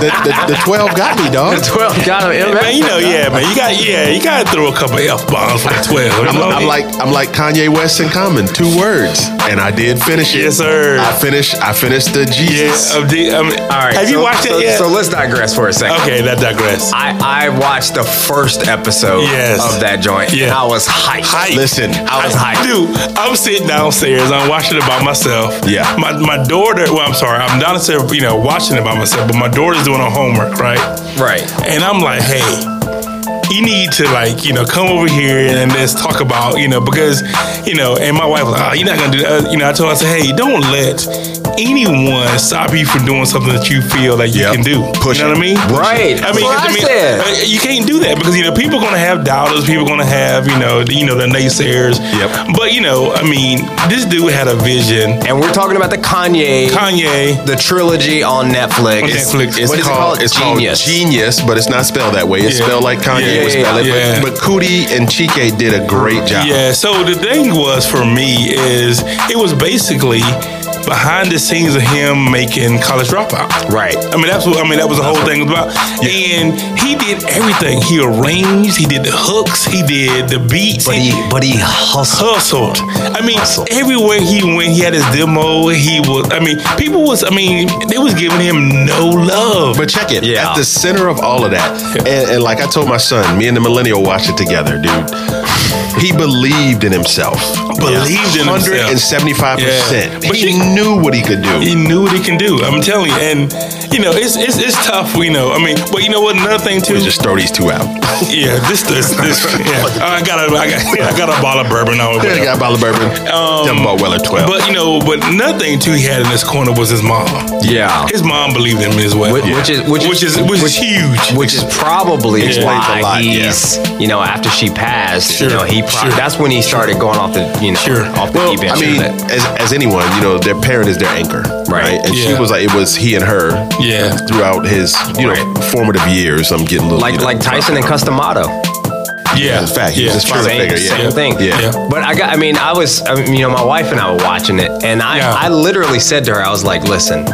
[SPEAKER 2] The, the, <laughs> the twelve got me, dog.
[SPEAKER 4] 12 got him.
[SPEAKER 3] man, you know, yeah, man. You got, yeah, you got to throw a couple F bombs for the 12.
[SPEAKER 2] I'm, I'm like I'm like Kanye West in Common, two words, and I did finish it.
[SPEAKER 3] yes, sir.
[SPEAKER 2] I finished I finished the Jesus.
[SPEAKER 3] Yes. Of the, I mean,
[SPEAKER 4] All right.
[SPEAKER 3] Have you
[SPEAKER 4] so-
[SPEAKER 3] watched
[SPEAKER 4] so-
[SPEAKER 3] it yet?
[SPEAKER 4] So let's digress for a second.
[SPEAKER 3] okay, that digress.
[SPEAKER 4] I, I watched the first episode
[SPEAKER 3] Yes.
[SPEAKER 4] of that joint. and
[SPEAKER 3] Yeah.
[SPEAKER 4] I was hyped.
[SPEAKER 3] Hyped.
[SPEAKER 2] Listen,
[SPEAKER 4] I was hyped.
[SPEAKER 3] Dude, I'm sitting downstairs. I'm watching it by myself.
[SPEAKER 2] Yeah.
[SPEAKER 3] My, my daughter, well, I'm sorry. I'm downstairs, you know, watching it by myself, but my daughter's doing her homework, right?
[SPEAKER 4] Right.
[SPEAKER 3] And I'm like, hey, you need to like, you know, come over here and let's talk about, you know, because, you know, and my wife was like, oh, you're not gonna do that. You know, I told her, I said, hey, don't let anyone stop you from doing something that you feel like you
[SPEAKER 2] Yep.
[SPEAKER 3] can do.
[SPEAKER 2] Push
[SPEAKER 3] you know
[SPEAKER 2] it.
[SPEAKER 3] what I mean?
[SPEAKER 4] Right.
[SPEAKER 3] I mean,
[SPEAKER 4] That's what I said.
[SPEAKER 3] uh, you can't do that because you know people are gonna have doubters. People are gonna have you know the, you know the naysayers.
[SPEAKER 2] Yep.
[SPEAKER 3] But you know, I mean, this dude had a vision.
[SPEAKER 4] And we're talking about the Kanye,
[SPEAKER 3] Kanye.
[SPEAKER 4] the trilogy on Netflix.
[SPEAKER 3] On Netflix.
[SPEAKER 4] It's, what is it called?
[SPEAKER 2] It's
[SPEAKER 4] Genius.
[SPEAKER 2] called Genius, but it's not spelled that way. It's
[SPEAKER 3] Yeah.
[SPEAKER 2] spelled like Kanye
[SPEAKER 3] Yeah,
[SPEAKER 2] would
[SPEAKER 4] yeah,
[SPEAKER 2] spell
[SPEAKER 3] yeah.
[SPEAKER 2] it. But, but Cootie and Chike did a great job.
[SPEAKER 3] Yeah. So the thing was for me is it was basically behind the scenes of him making college dropout.
[SPEAKER 4] Right.
[SPEAKER 3] I mean that's what I mean that was the whole thing about. And he did everything. He arranged. He did the hooks. He did the beats.
[SPEAKER 4] But he, but he hustled.
[SPEAKER 3] hustled. I mean, everywhere he went, he had his demo. He was. I mean, people was. I mean, they was giving him no love.
[SPEAKER 2] But check it.
[SPEAKER 4] Yeah.
[SPEAKER 2] At the center of all of that, and, and like I told my son, me and the millennial watched it together, dude. He believed in himself.
[SPEAKER 3] Believed in himself.
[SPEAKER 2] 175%.
[SPEAKER 3] Yeah. But
[SPEAKER 2] he
[SPEAKER 3] you-
[SPEAKER 2] knew what he could do.
[SPEAKER 3] he knew what he can do. I'm telling you, and you know it's it's, it's tough. You know, I mean, but you know what? Another thing too.
[SPEAKER 2] We just throw these two out.
[SPEAKER 3] yeah, this this this. Yeah, Uh, I got a I got, I got a bottle of bourbon. I would-
[SPEAKER 2] Got a bottle of bourbon. Dumb about Weller 12.
[SPEAKER 3] Um, But you know, but another thing too he had in this corner was his mom.
[SPEAKER 4] Yeah.
[SPEAKER 3] His mom believed in him as well,
[SPEAKER 4] Which- which is- which is-
[SPEAKER 3] which is which is
[SPEAKER 4] which-
[SPEAKER 3] huge.
[SPEAKER 4] which is probably
[SPEAKER 2] Explains
[SPEAKER 4] why
[SPEAKER 2] a lot, yeah.
[SPEAKER 4] he's, you know, after she passed,
[SPEAKER 3] Sure,
[SPEAKER 4] you know, he pro-
[SPEAKER 3] sure.
[SPEAKER 4] that's when he started going off the, you know,
[SPEAKER 3] Sure.
[SPEAKER 4] off the
[SPEAKER 2] Well,
[SPEAKER 4] deep end.
[SPEAKER 2] I mean, as, as anyone, you know, their parent is their anchor,
[SPEAKER 4] Right.
[SPEAKER 2] right? And
[SPEAKER 3] Yeah.
[SPEAKER 2] she was like, it was he and her,
[SPEAKER 3] Yeah.
[SPEAKER 2] throughout his, you know,
[SPEAKER 4] Right.
[SPEAKER 2] formative years. I'm getting a little
[SPEAKER 4] like
[SPEAKER 2] you know,
[SPEAKER 4] like Tyson and Customato.
[SPEAKER 3] yeah,
[SPEAKER 2] In fact, he
[SPEAKER 3] yeah,
[SPEAKER 2] was his father
[SPEAKER 4] Same,
[SPEAKER 2] figure. Yeah,
[SPEAKER 4] same thing.
[SPEAKER 2] Yeah.
[SPEAKER 3] Yeah.
[SPEAKER 4] But I got, I mean, I was, I mean, you know, my wife and I were watching it, and I,
[SPEAKER 3] Yeah.
[SPEAKER 4] I literally said to her, I was like, listen,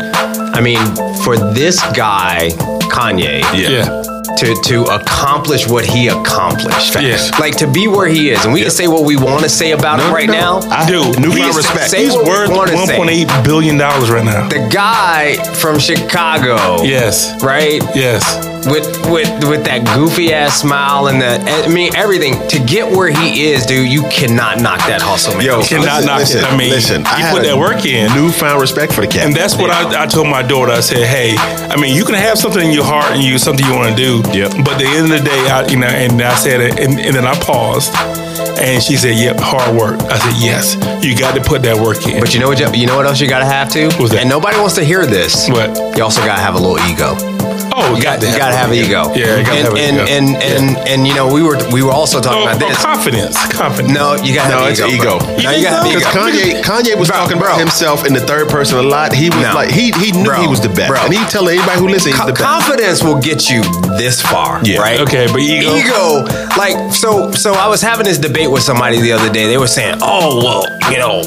[SPEAKER 4] I mean, for this guy, Kanye,
[SPEAKER 3] yeah.
[SPEAKER 4] to to accomplish what he accomplished,
[SPEAKER 3] Yeah.
[SPEAKER 4] like to be where he is, and we can say what we want to say about him right
[SPEAKER 2] no.
[SPEAKER 4] now.
[SPEAKER 2] I-
[SPEAKER 3] Dude,
[SPEAKER 2] newfound
[SPEAKER 3] he's-
[SPEAKER 2] respect.
[SPEAKER 4] say
[SPEAKER 3] He's
[SPEAKER 4] what we
[SPEAKER 3] worth
[SPEAKER 4] wanna say.
[SPEAKER 3] 1.8 billion dollars right now.
[SPEAKER 4] the guy from Chicago,
[SPEAKER 3] Yes,
[SPEAKER 4] right,
[SPEAKER 3] yes.
[SPEAKER 4] with with with that goofy ass smile and the, I mean, everything to get where he is, dude, you cannot knock that hustle, man.
[SPEAKER 2] Yo,
[SPEAKER 3] You cannot knock it. I mean,
[SPEAKER 2] listen,
[SPEAKER 3] he
[SPEAKER 2] I had
[SPEAKER 3] put
[SPEAKER 2] a
[SPEAKER 3] that work in.
[SPEAKER 2] Newfound respect for the cat.
[SPEAKER 3] And that's what I, I told my daughter. I said, "Hey, I mean, you can have something in your heart and you something you want to do.
[SPEAKER 2] Yep.
[SPEAKER 3] But at the end of the day, I, you know, and I said, it, and, and then I paused, and she said, "Yep, hard work." I said, "Yes, you got to put that work in."
[SPEAKER 4] But you know what? You know what else you gotta have to?
[SPEAKER 3] What's that?
[SPEAKER 4] And nobody wants to hear this.
[SPEAKER 3] What?
[SPEAKER 4] You also gotta have a little ego.
[SPEAKER 3] oh, you got
[SPEAKER 4] You gotta have ego.
[SPEAKER 3] Yeah, you gotta
[SPEAKER 4] and,
[SPEAKER 3] have
[SPEAKER 4] and,
[SPEAKER 3] ego.
[SPEAKER 4] and, and and you know we were we were also talking
[SPEAKER 3] Oh,
[SPEAKER 4] about
[SPEAKER 3] oh,
[SPEAKER 4] this.
[SPEAKER 3] confidence, confidence.
[SPEAKER 4] no, you gotta
[SPEAKER 2] No,
[SPEAKER 4] have
[SPEAKER 2] it's ego.
[SPEAKER 4] ego. bro.
[SPEAKER 3] You
[SPEAKER 4] No, you
[SPEAKER 3] think
[SPEAKER 4] gotta
[SPEAKER 3] so?
[SPEAKER 4] have ego.
[SPEAKER 2] because Kanye, Kanye was
[SPEAKER 4] Bro,
[SPEAKER 2] talking about
[SPEAKER 4] bro.
[SPEAKER 2] himself in the third person a lot. He was
[SPEAKER 4] No.
[SPEAKER 2] like, he he knew
[SPEAKER 4] Bro,
[SPEAKER 2] he was the best,
[SPEAKER 4] bro.
[SPEAKER 2] and he tell anybody who listened, he's
[SPEAKER 4] Co-
[SPEAKER 2] the best.
[SPEAKER 4] confidence will get you this far,
[SPEAKER 2] Yeah.
[SPEAKER 4] right?
[SPEAKER 3] Okay, but ego.
[SPEAKER 4] Ego, like so. So I was having this debate with somebody the other day. They were saying, "Oh, well, you know,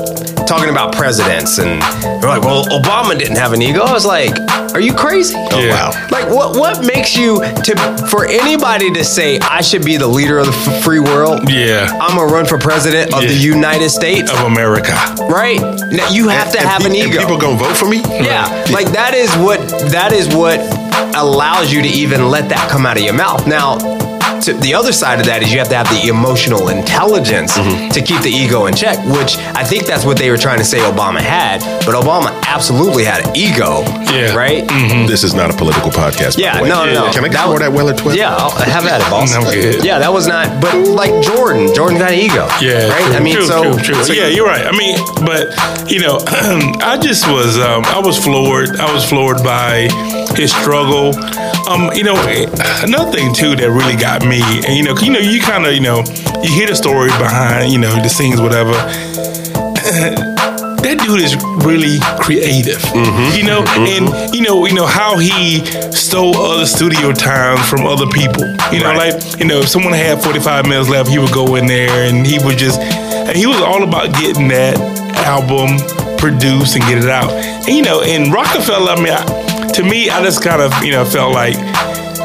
[SPEAKER 4] talking about presidents," and they're like, "Well, Obama didn't have an ego." I was like, "Are you crazy?"
[SPEAKER 2] Oh,
[SPEAKER 3] Yeah.
[SPEAKER 2] wow.
[SPEAKER 4] Like what? What makes you to for anybody to say I should be the leader of the f- free world?
[SPEAKER 3] Yeah.
[SPEAKER 4] I'm gonna run for president of the
[SPEAKER 3] Yeah.
[SPEAKER 4] United States,
[SPEAKER 3] Of America.
[SPEAKER 4] right? Now you have to
[SPEAKER 2] And
[SPEAKER 4] have
[SPEAKER 2] pe-
[SPEAKER 4] an
[SPEAKER 2] and
[SPEAKER 4] ego.
[SPEAKER 2] People gonna vote for me?
[SPEAKER 4] yeah, like that is what that is what allows you to even let that come out of your mouth. Now, to, the other side of that is you have to have the emotional intelligence to keep the ego in check, which I think that's what they were trying to say Obama had. But Obama absolutely had an ego,
[SPEAKER 3] Yeah.
[SPEAKER 4] right?
[SPEAKER 3] Mm-hmm.
[SPEAKER 2] This is not a political podcast. by
[SPEAKER 4] Yeah,
[SPEAKER 2] the way.
[SPEAKER 4] no, no, no.
[SPEAKER 2] Can I
[SPEAKER 4] That
[SPEAKER 2] get more
[SPEAKER 4] was-
[SPEAKER 2] that Weller twist?
[SPEAKER 4] Yeah, I'll have at it, boss.
[SPEAKER 3] I'm good.
[SPEAKER 4] Yeah, that was not. But like Jordan, Jordan got an ego.
[SPEAKER 3] Yeah,
[SPEAKER 4] right.
[SPEAKER 3] true,
[SPEAKER 4] I mean,
[SPEAKER 3] true,
[SPEAKER 4] so
[SPEAKER 3] true, true.
[SPEAKER 4] so-
[SPEAKER 3] yeah, you're right. I mean, but you know, <clears throat> I just was um, I was floored. I was floored by his struggle. Um, you know, another thing too that really got me, and you know, 'cause, you know, you kind of you know, you hear the story behind you know the scenes, whatever. That dude is really creative,
[SPEAKER 4] Mm-hmm.
[SPEAKER 3] you know, and you know, you know how he stole other studio time from other people. You know,
[SPEAKER 4] Right.
[SPEAKER 3] like you know, if someone had 45 minutes left, he would go in there and he would just, and he was all about getting that album produced and get it out. And, you know, and Rockefeller, I mean, I, to me, I just kind of, you know, felt like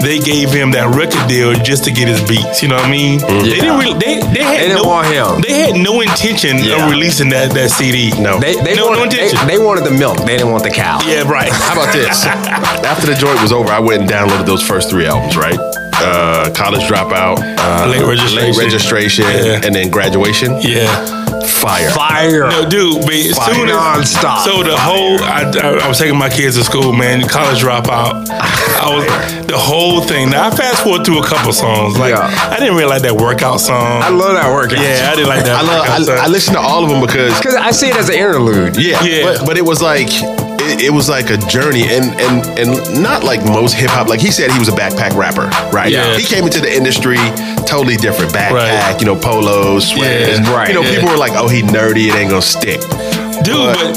[SPEAKER 3] they gave him that record deal just to get his beats. You know what I mean? They didn't really, they, they had
[SPEAKER 4] Mm-hmm. They didn't
[SPEAKER 3] no,
[SPEAKER 4] want him.
[SPEAKER 3] They had no intention
[SPEAKER 4] Yeah.
[SPEAKER 3] of releasing that, that CD.
[SPEAKER 2] No.
[SPEAKER 4] they they,
[SPEAKER 3] No, no
[SPEAKER 4] wanted, they,
[SPEAKER 3] intention.
[SPEAKER 4] they wanted the milk. They didn't want the cow.
[SPEAKER 3] Yeah, right.
[SPEAKER 2] How about this? After the joint was over, I went and downloaded those first three albums, right? Uh, College Dropout, uh,
[SPEAKER 3] Late Registration.
[SPEAKER 2] Late Registration,
[SPEAKER 3] Yeah.
[SPEAKER 2] and then Graduation.
[SPEAKER 3] yeah.
[SPEAKER 2] Fire.
[SPEAKER 4] Fire.
[SPEAKER 3] No, dude, but as
[SPEAKER 4] Fire.
[SPEAKER 3] soon as
[SPEAKER 4] Nonstop.
[SPEAKER 3] So the whole, I, I, I was taking my kids to school, man. College dropout. I was the whole thing. Now I fast forward through a couple songs. Like
[SPEAKER 4] Yeah.
[SPEAKER 3] I didn't really like that workout song.
[SPEAKER 4] I love that workout.
[SPEAKER 3] yeah, I didn't like that.
[SPEAKER 2] I love.
[SPEAKER 3] workout song.
[SPEAKER 2] I, I listen to all of them because
[SPEAKER 4] because I see it as an interlude.
[SPEAKER 2] Yeah,
[SPEAKER 3] Yeah.
[SPEAKER 2] But, but it was like it, it was like a journey, and and and not like most hip hop. Like he said, he was a backpack rapper, right?
[SPEAKER 3] Yeah.
[SPEAKER 2] He came into the industry totally different. Backpack,
[SPEAKER 3] Right.
[SPEAKER 2] you know, polos, sweaters,
[SPEAKER 3] Yeah.
[SPEAKER 4] Right,
[SPEAKER 2] You know,
[SPEAKER 3] yeah.
[SPEAKER 2] people were like, "Oh, he nerdy. It ain't gonna stick."
[SPEAKER 3] dude, but.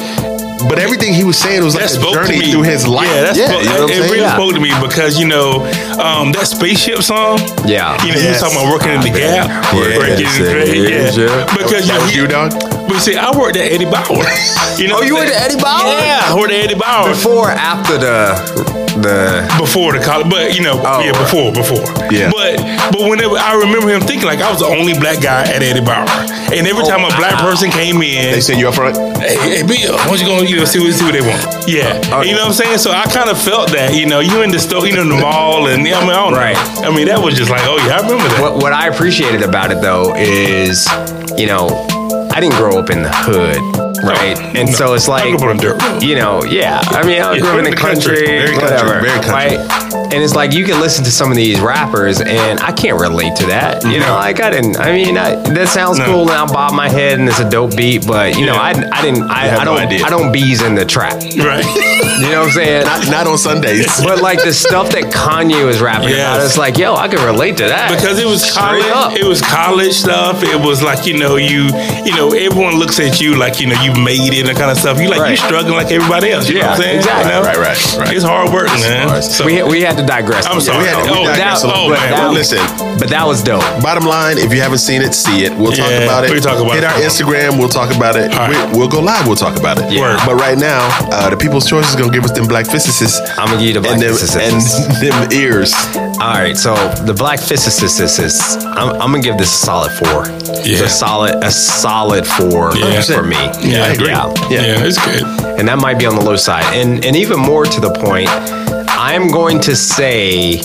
[SPEAKER 2] But everything he was saying was
[SPEAKER 3] that
[SPEAKER 2] like a
[SPEAKER 3] spoke to
[SPEAKER 2] journey
[SPEAKER 3] me
[SPEAKER 2] through his life.
[SPEAKER 3] Yeah, that's
[SPEAKER 2] you know what
[SPEAKER 3] it,
[SPEAKER 2] I'm
[SPEAKER 3] it
[SPEAKER 2] saying?
[SPEAKER 3] really
[SPEAKER 4] Yeah.
[SPEAKER 3] spoke to me because you know um, that spaceship song.
[SPEAKER 4] Yeah.
[SPEAKER 3] you know, he
[SPEAKER 2] Yes.
[SPEAKER 3] was talking about working in the gap,
[SPEAKER 2] Working in
[SPEAKER 3] working in the
[SPEAKER 2] the
[SPEAKER 3] grade, yeah.
[SPEAKER 4] gap.
[SPEAKER 3] Because
[SPEAKER 2] That was
[SPEAKER 3] you
[SPEAKER 2] you,
[SPEAKER 3] know,
[SPEAKER 2] dog.
[SPEAKER 3] but see, I worked at Eddie Bauer. <laughs> You know,
[SPEAKER 4] Oh, you
[SPEAKER 3] what I'm
[SPEAKER 4] worked
[SPEAKER 3] saying?
[SPEAKER 4] at Eddie Bauer?
[SPEAKER 3] Yeah, I worked at Eddie Bauer
[SPEAKER 4] Before, after the the
[SPEAKER 3] before the college, but you know,
[SPEAKER 4] Oh.
[SPEAKER 3] yeah, before, before.
[SPEAKER 2] Yeah.
[SPEAKER 3] But but whenever I remember him thinking like I was the only black guy at Eddie Bauer, and
[SPEAKER 4] Oh,
[SPEAKER 3] every time a black person came in,
[SPEAKER 2] They send you up front.
[SPEAKER 3] hey, hey Bill, why don't you go you know see what see what they want? Yeah,
[SPEAKER 4] Oh,
[SPEAKER 3] you know what I'm saying. So I kind of felt that you know you in the store, you know in the mall, and I mean I don't know.
[SPEAKER 4] Right.
[SPEAKER 3] I mean that was just like oh yeah I remember that.
[SPEAKER 4] what what I appreciated about it though is, you know, I didn't grow up in the hood, right? and
[SPEAKER 3] no.
[SPEAKER 4] so it's
[SPEAKER 3] I
[SPEAKER 4] like
[SPEAKER 3] grew up on dirt road.
[SPEAKER 4] you know, yeah. I mean, I
[SPEAKER 3] Yeah,
[SPEAKER 4] grew up in the country,
[SPEAKER 2] Very country,
[SPEAKER 4] whatever,
[SPEAKER 2] very country.
[SPEAKER 4] right? And it's like you can listen to some of these rappers, and I can't relate to that. You know, like I didn't. I mean, I, that sounds
[SPEAKER 3] Mm-hmm. No.
[SPEAKER 4] cool, and I'll bob my head, and it's a dope beat, but you know,
[SPEAKER 3] Yeah.
[SPEAKER 4] I, I didn't. I,
[SPEAKER 2] have
[SPEAKER 4] I
[SPEAKER 2] no
[SPEAKER 4] don't.
[SPEAKER 2] idea.
[SPEAKER 4] I don't bees in the trap. You
[SPEAKER 3] Right. <laughs>
[SPEAKER 4] know what I'm saying?
[SPEAKER 2] Not, not on Sundays.
[SPEAKER 4] but like the stuff that Kanye was rapping about,
[SPEAKER 3] Yes.
[SPEAKER 4] it's like, yo, I can relate to that
[SPEAKER 3] because it was
[SPEAKER 4] Straight
[SPEAKER 3] college.
[SPEAKER 4] up.
[SPEAKER 3] It was college stuff. It was like you know you you know everyone looks at you like you know you made it and kind of stuff. You like you
[SPEAKER 4] Right.
[SPEAKER 3] struggling like everybody else. You know
[SPEAKER 4] Yeah,
[SPEAKER 3] what I'm saying?
[SPEAKER 4] exactly.
[SPEAKER 3] You know?
[SPEAKER 2] Right, right, right.
[SPEAKER 3] It's hard work, man.
[SPEAKER 2] hard.
[SPEAKER 3] So,
[SPEAKER 4] we we had to digress.
[SPEAKER 3] I'm sorry.
[SPEAKER 2] we had- we
[SPEAKER 3] oh,
[SPEAKER 2] digressed a little
[SPEAKER 3] oh,
[SPEAKER 2] bit.
[SPEAKER 3] man.
[SPEAKER 2] Well,
[SPEAKER 4] that-
[SPEAKER 2] listen,
[SPEAKER 4] but that was dope.
[SPEAKER 2] Bottom line, if you haven't seen it, see it. We'll talk
[SPEAKER 3] Yeah,
[SPEAKER 2] about it.
[SPEAKER 3] we talk about
[SPEAKER 2] Hit
[SPEAKER 3] it.
[SPEAKER 2] our Instagram. We'll talk about it.
[SPEAKER 3] All right.
[SPEAKER 2] We, we'll go live. We'll talk about it.
[SPEAKER 3] Yeah. Word.
[SPEAKER 2] But right now, uh, the People's Choice is gonna give us them black physicists
[SPEAKER 4] I'm gonna give you the black
[SPEAKER 2] and them,
[SPEAKER 4] physicists.
[SPEAKER 2] and <laughs> them ears.
[SPEAKER 4] All right, so the black physicist is, is- I'm, I'm gonna give this a solid four. It's
[SPEAKER 3] Yeah.
[SPEAKER 4] a solid, a solid four
[SPEAKER 3] Yeah.
[SPEAKER 4] for me.
[SPEAKER 3] Yeah, I agree.
[SPEAKER 4] Yeah. Oh,
[SPEAKER 3] Yeah. it's good.
[SPEAKER 4] and that might be on the low side. And and even more to the point, I'm going to say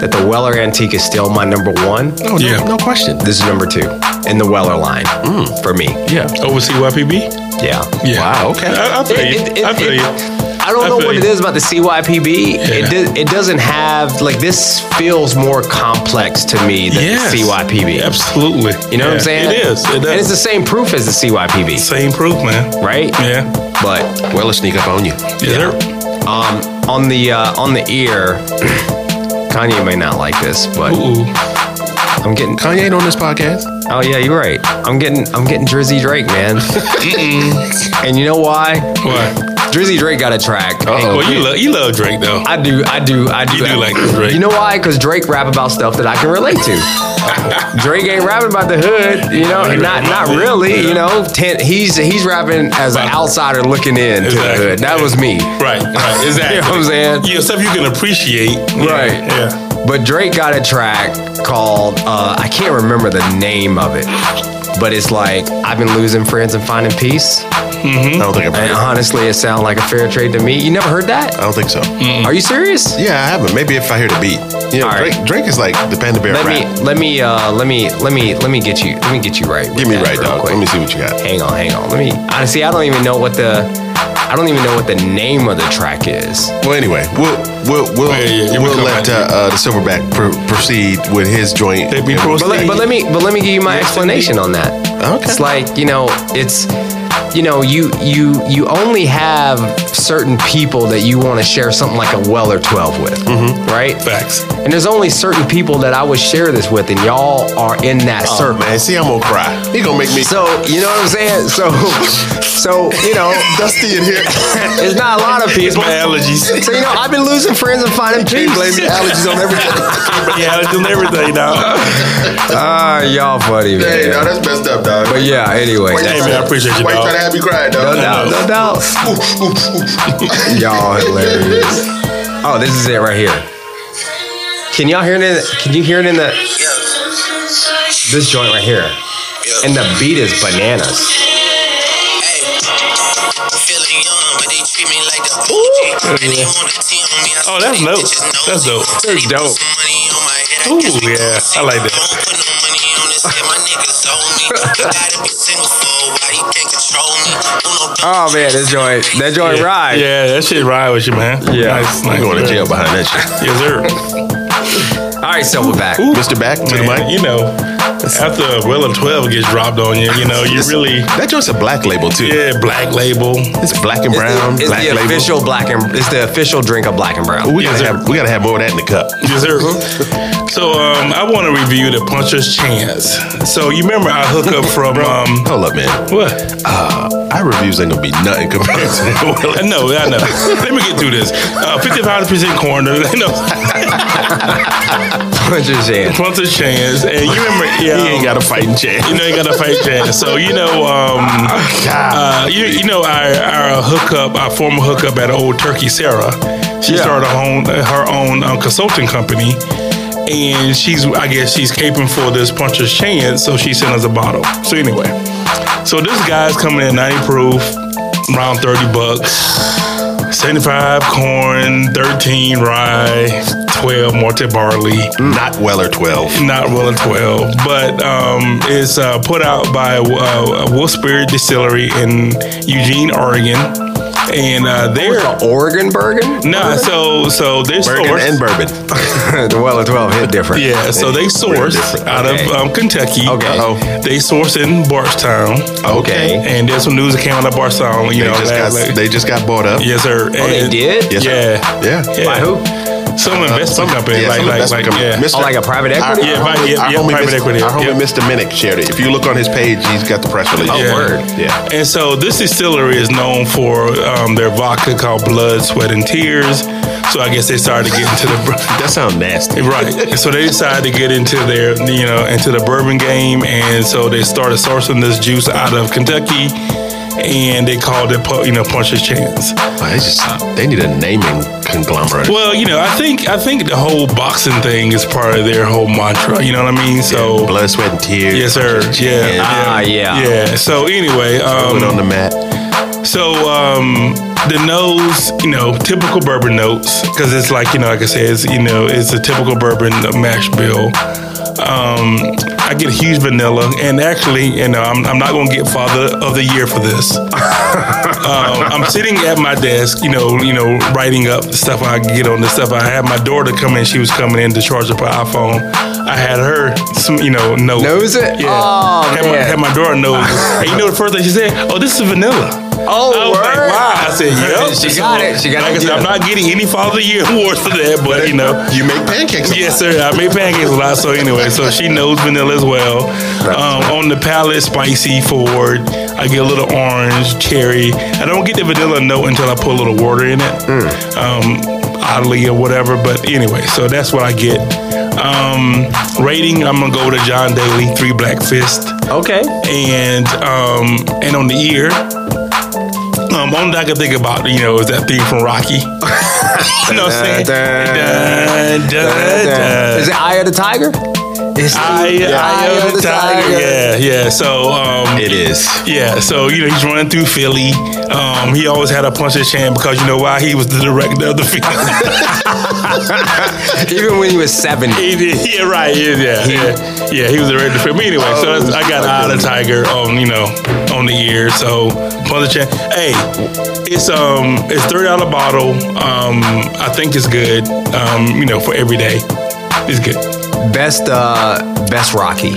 [SPEAKER 4] that the Weller Antique is still my number one.
[SPEAKER 2] Oh, no,
[SPEAKER 3] Yeah.
[SPEAKER 2] no question.
[SPEAKER 4] This is number two in the Weller line
[SPEAKER 3] Mm.
[SPEAKER 4] for me.
[SPEAKER 2] Yeah.
[SPEAKER 3] Over CYPB.
[SPEAKER 4] Yeah.
[SPEAKER 3] Yeah.
[SPEAKER 2] Wow. Okay.
[SPEAKER 3] I, I feel you.
[SPEAKER 4] It- it- it-
[SPEAKER 3] I feel
[SPEAKER 4] it-
[SPEAKER 3] you.
[SPEAKER 4] I don't
[SPEAKER 3] I
[SPEAKER 4] know
[SPEAKER 3] feel
[SPEAKER 4] what
[SPEAKER 3] you.
[SPEAKER 4] it is about the CYPB.
[SPEAKER 3] Yeah.
[SPEAKER 4] It, do, it doesn't have like this feels more complex to me than
[SPEAKER 3] Yes.
[SPEAKER 4] the CYPB.
[SPEAKER 3] Absolutely.
[SPEAKER 4] You know what I'm saying?
[SPEAKER 3] It is. It
[SPEAKER 4] And
[SPEAKER 3] does.
[SPEAKER 4] it's the same proof as the CYPB,
[SPEAKER 3] Same proof, man.
[SPEAKER 4] right?
[SPEAKER 3] Yeah.
[SPEAKER 4] But
[SPEAKER 2] Well, let's sneak up on you.
[SPEAKER 3] Yeah.
[SPEAKER 4] um, on the uh, on the ear, <clears throat> Kanye may not like this, but
[SPEAKER 3] Ooh.
[SPEAKER 4] I'm getting.
[SPEAKER 2] Kanye ain't on this podcast.
[SPEAKER 4] Oh yeah, you're right. I'm getting I'm getting Drizzy
[SPEAKER 3] <laughs>
[SPEAKER 4] Drake, man. and you know why?
[SPEAKER 3] What?
[SPEAKER 4] Drizzy Drake got a track. and
[SPEAKER 3] Well, you love you love Drake though.
[SPEAKER 4] I do, I do, I do.
[SPEAKER 3] You do like this, Drake.
[SPEAKER 4] You know why? Because Drake rap about stuff that I can relate to.
[SPEAKER 3] <laughs>
[SPEAKER 4] Drake ain't rapping about the hood, you know,
[SPEAKER 3] He rapping
[SPEAKER 4] not
[SPEAKER 3] about
[SPEAKER 4] not
[SPEAKER 3] the hood,
[SPEAKER 4] really,
[SPEAKER 3] yeah.
[SPEAKER 4] you know. Ten, he's he's rapping as an
[SPEAKER 3] About-
[SPEAKER 4] outsider looking in to the
[SPEAKER 3] Exactly.
[SPEAKER 4] hood. That
[SPEAKER 3] Yeah.
[SPEAKER 4] was me.
[SPEAKER 3] Right. Right. Exactly.
[SPEAKER 4] <laughs> You know what I'm saying?
[SPEAKER 3] Yeah, stuff you can appreciate. Yeah,
[SPEAKER 4] Right.
[SPEAKER 3] Yeah.
[SPEAKER 4] But Drake got a track called uh, I can't remember the name of it, but it's like I've been losing friends and finding peace.
[SPEAKER 2] I
[SPEAKER 3] Hmm?
[SPEAKER 2] don't think I've heard that.
[SPEAKER 4] And honestly, it sounded like a fair trade to me. You never heard that?
[SPEAKER 2] I don't think so.
[SPEAKER 3] Mm.
[SPEAKER 4] Are you serious?
[SPEAKER 2] Yeah, I haven't. Maybe if I hear the beat. Yeah,
[SPEAKER 4] Mm. All right.
[SPEAKER 2] drink, drink is like the Panda Bear
[SPEAKER 4] Let
[SPEAKER 2] rap.
[SPEAKER 4] me, let me, uh, let me, let me, let me get you, let me get you right. with
[SPEAKER 2] Give me
[SPEAKER 4] that
[SPEAKER 2] right,
[SPEAKER 4] real
[SPEAKER 2] dog.
[SPEAKER 4] quick.
[SPEAKER 2] Let me see what you got.
[SPEAKER 4] Hang on, hang on. Let me. Honestly, I don't even know what the, I don't even know what the name of the track is.
[SPEAKER 2] Well, anyway, we'll we'll we'll,
[SPEAKER 3] Yeah, yeah, yeah,
[SPEAKER 2] we'll
[SPEAKER 3] we'll
[SPEAKER 2] let uh,
[SPEAKER 3] come
[SPEAKER 2] uh,
[SPEAKER 3] back
[SPEAKER 2] the Silverback pr- proceed with his joint.
[SPEAKER 3] They be
[SPEAKER 2] And-
[SPEAKER 3] pro-
[SPEAKER 4] But let, but let me, but let me give you my explanation on that.
[SPEAKER 2] Okay.
[SPEAKER 4] It's like you know, it's, you know, you you you only have certain people that you want to share something like a well or twelve with,
[SPEAKER 2] Mm-hmm.
[SPEAKER 4] right?
[SPEAKER 3] Facts.
[SPEAKER 4] And there's only certain people that I would share this with, and y'all are in that
[SPEAKER 2] Oh,
[SPEAKER 4] circle.
[SPEAKER 2] man, see, I'm gonna cry. He gonna make me
[SPEAKER 4] So you know what I'm saying? So, so you know,
[SPEAKER 2] dusty in here. <laughs>
[SPEAKER 4] it's not a lot of
[SPEAKER 3] It's
[SPEAKER 4] people.
[SPEAKER 3] my allergies.
[SPEAKER 4] So you know, I've been losing friends and <laughs> finding peace.
[SPEAKER 2] blame your allergies on
[SPEAKER 3] <laughs>
[SPEAKER 2] everything.
[SPEAKER 3] my allergies and everything, dog.
[SPEAKER 4] Ah, y'all funny man.
[SPEAKER 2] hey, no, that's messed up, dog.
[SPEAKER 4] but yeah, anyway,
[SPEAKER 2] Why you
[SPEAKER 4] that's
[SPEAKER 3] man,
[SPEAKER 2] tryna-
[SPEAKER 3] I appreciate you,
[SPEAKER 2] Why you
[SPEAKER 3] dog.
[SPEAKER 2] trying to have me cry,
[SPEAKER 4] no
[SPEAKER 2] dog?
[SPEAKER 4] doubt, no doubt.
[SPEAKER 2] <laughs>
[SPEAKER 4] Y'all hilarious. Oh, this is it right here. Can y'all hear it? In, can you hear it in the this joint right here? And the beat is bananas.
[SPEAKER 3] Oh, that's dope. That's dope.
[SPEAKER 4] It's dope.
[SPEAKER 3] Ooh, yeah. I like that. <laughs> Uh.
[SPEAKER 4] Oh man, this joint, that joint
[SPEAKER 3] yeah.
[SPEAKER 4] ride.
[SPEAKER 3] Yeah, that shit ride with you, man.
[SPEAKER 4] Yeah.
[SPEAKER 3] Nice,
[SPEAKER 2] I'm
[SPEAKER 3] nice.
[SPEAKER 2] going to jail behind that shit.
[SPEAKER 3] Yes, sir.
[SPEAKER 4] All right, so we're back.
[SPEAKER 2] Mr. Back to the
[SPEAKER 3] Man,
[SPEAKER 2] mic.
[SPEAKER 3] you know, after a well of 12 gets dropped on you, you know, you really,
[SPEAKER 2] That joint's a black label too.
[SPEAKER 3] yeah, black label.
[SPEAKER 2] It's black and brown,
[SPEAKER 4] It's
[SPEAKER 2] black
[SPEAKER 4] the
[SPEAKER 2] label.
[SPEAKER 4] official black and it's the official drink of black and brown. <laughs>
[SPEAKER 2] We gotta
[SPEAKER 3] Yes, sir.
[SPEAKER 2] have we gotta have more of that in the cup.
[SPEAKER 3] Yes,
[SPEAKER 2] <laughs>
[SPEAKER 3] sir. So um, I want to review the puncher's chance. So you remember I hook <laughs> up from um,
[SPEAKER 2] Hold up, man.
[SPEAKER 3] what?
[SPEAKER 2] Uh, our reviews ain't gonna be nothing compared to that. Well,
[SPEAKER 3] <laughs> I know, I know. Let me get through this. Uh, 55% corner, <laughs> you know,
[SPEAKER 4] Punch his hand.
[SPEAKER 3] puncher's chance, and you remember, yeah,
[SPEAKER 2] He <laughs> ain't got a fighting chance.
[SPEAKER 3] you know, you got a fight chance. So you know, um, uh, you, you know, our, our hookup, our former hookup at Old Turkey, Sarah. She
[SPEAKER 4] Yeah.
[SPEAKER 3] started her own, her own um, consulting company, and she's, I guess, she's caping for this puncher's chance. So she sent us a bottle. So anyway, so this guy's coming in 90 proof, around 30 bucks. 75 corn, 13 rye, 12 malted barley,
[SPEAKER 2] Not Weller
[SPEAKER 3] <laughs>
[SPEAKER 2] twelve.
[SPEAKER 3] not well and 12 but um, it's uh, put out by uh, wolf spirit distillery in eugene oregon and uh, they're
[SPEAKER 4] The Oregon Bergen?
[SPEAKER 3] no so so they're
[SPEAKER 2] Bourbon
[SPEAKER 3] sourced
[SPEAKER 2] and bourbon.
[SPEAKER 4] the <laughs> well of 12 hit different.
[SPEAKER 3] yeah so they source
[SPEAKER 2] different.
[SPEAKER 3] out of
[SPEAKER 4] Okay.
[SPEAKER 3] um, kentucky
[SPEAKER 4] Okay.
[SPEAKER 2] Uh-oh.
[SPEAKER 3] they source in barstown
[SPEAKER 4] Okay.
[SPEAKER 3] and there's some news that came out of barstown you
[SPEAKER 2] They
[SPEAKER 3] know
[SPEAKER 2] just
[SPEAKER 3] last-
[SPEAKER 2] got
[SPEAKER 3] like-
[SPEAKER 2] they just got bought up.
[SPEAKER 3] yes sir
[SPEAKER 4] Oh, they
[SPEAKER 3] And-
[SPEAKER 4] did?
[SPEAKER 2] Yes, sir.
[SPEAKER 3] yeah
[SPEAKER 2] Yeah.
[SPEAKER 3] yeah
[SPEAKER 4] By who?
[SPEAKER 3] some investment company
[SPEAKER 2] Yeah,
[SPEAKER 3] like
[SPEAKER 2] some
[SPEAKER 3] like,
[SPEAKER 2] investment
[SPEAKER 3] like
[SPEAKER 2] company.
[SPEAKER 3] yeah
[SPEAKER 2] Mr.
[SPEAKER 4] Oh, like a private equity?
[SPEAKER 3] Yeah,
[SPEAKER 2] Our
[SPEAKER 3] private-
[SPEAKER 2] homie-
[SPEAKER 3] yeah,
[SPEAKER 2] our
[SPEAKER 3] yeah,
[SPEAKER 2] homie
[SPEAKER 3] private
[SPEAKER 2] Mr.
[SPEAKER 3] equity,
[SPEAKER 2] Our homie
[SPEAKER 3] yeah.
[SPEAKER 2] Mr. Minnick shared it. If you look on his page, he's got the press release.
[SPEAKER 4] Oh,
[SPEAKER 3] Yeah.
[SPEAKER 4] word.
[SPEAKER 2] Yeah.
[SPEAKER 3] And so this distillery is known for um, their vodka called Blood, Sweat, and Tears. So I guess they started to get into the
[SPEAKER 2] That sounds nasty.
[SPEAKER 3] <laughs> right. And so they decided to get into their you know into the bourbon game, and so they started sourcing this juice out of Kentucky, and they called it pu- you know Punch's Chance.
[SPEAKER 2] Wow, they just they need a naming conglomerate.
[SPEAKER 3] Well, you know I think I think the whole boxing thing is part of their whole mantra. You know what I mean? So
[SPEAKER 2] Blood, sweat, and tears.
[SPEAKER 3] yes, sir. Yeah.
[SPEAKER 4] Ah, yeah.
[SPEAKER 3] Yeah. So anyway, um,
[SPEAKER 2] Put on the mat.
[SPEAKER 3] So um, the nose, you know, typical bourbon notes, because it's like you know, like I said, it's, you know, it's a typical bourbon mash bill. Um, I get huge vanilla, and actually, you know, I'm, I'm not gonna get father of the year for
[SPEAKER 4] <laughs>
[SPEAKER 3] this. um, I'm sitting at my desk, you know, you know, writing up the stuff I get on the stuff. I had my daughter come in; she was coming in to charge up her iPhone. I had her, some, you know, note.
[SPEAKER 4] Nose it?
[SPEAKER 3] Yeah.
[SPEAKER 4] Oh,
[SPEAKER 3] had, My,
[SPEAKER 4] man.
[SPEAKER 3] had my daughter nose. and you know the first thing she said? Oh, this is vanilla.
[SPEAKER 4] Oh,
[SPEAKER 3] I was like,
[SPEAKER 4] word.
[SPEAKER 3] wow. I said, yep.
[SPEAKER 4] She got it. She got
[SPEAKER 3] like
[SPEAKER 4] it.
[SPEAKER 3] I said, I'm not getting any Father of the Year awards for that, but you know.
[SPEAKER 2] You make pancakes.
[SPEAKER 3] Yes, sir. I made pancakes a lot, so anyway, so she knows vanilla as well. Um, on the palate, spicy forward. I get a little orange, cherry. I don't get the vanilla note until I put a little water in it, um, oddly or whatever. But anyway, so that's what I get. Um, rating, I'm gonna go to John Daly, Three Black Fist
[SPEAKER 4] Okay.
[SPEAKER 3] and um and on the ear. Um, only thing I can think about, you know, is that theme from Rocky. <laughs> you know what I'm saying?
[SPEAKER 4] Dun, dun,
[SPEAKER 3] Dun, dun, dun.
[SPEAKER 4] Is it Eye of the Tiger? It's the
[SPEAKER 3] Eye, eye of the tiger. Yeah, yeah. So um,
[SPEAKER 2] It is.
[SPEAKER 3] Yeah, so you know he's running through Philly. Um, he always had a punch his hand because you know why he was the director of the <laughs> film.
[SPEAKER 4] Even when he was 70.
[SPEAKER 3] he did, <laughs> yeah, right. Yeah, yeah, yeah, yeah. He was the director of the film. But Anyway, so that's, I got Eye of the Tiger on you know on the ear. So punch his hand. Hey, it's um it's thirty dollar bottle. Um, I think it's good. Um, you know for every day, it's good.
[SPEAKER 4] Best uh best Rocky.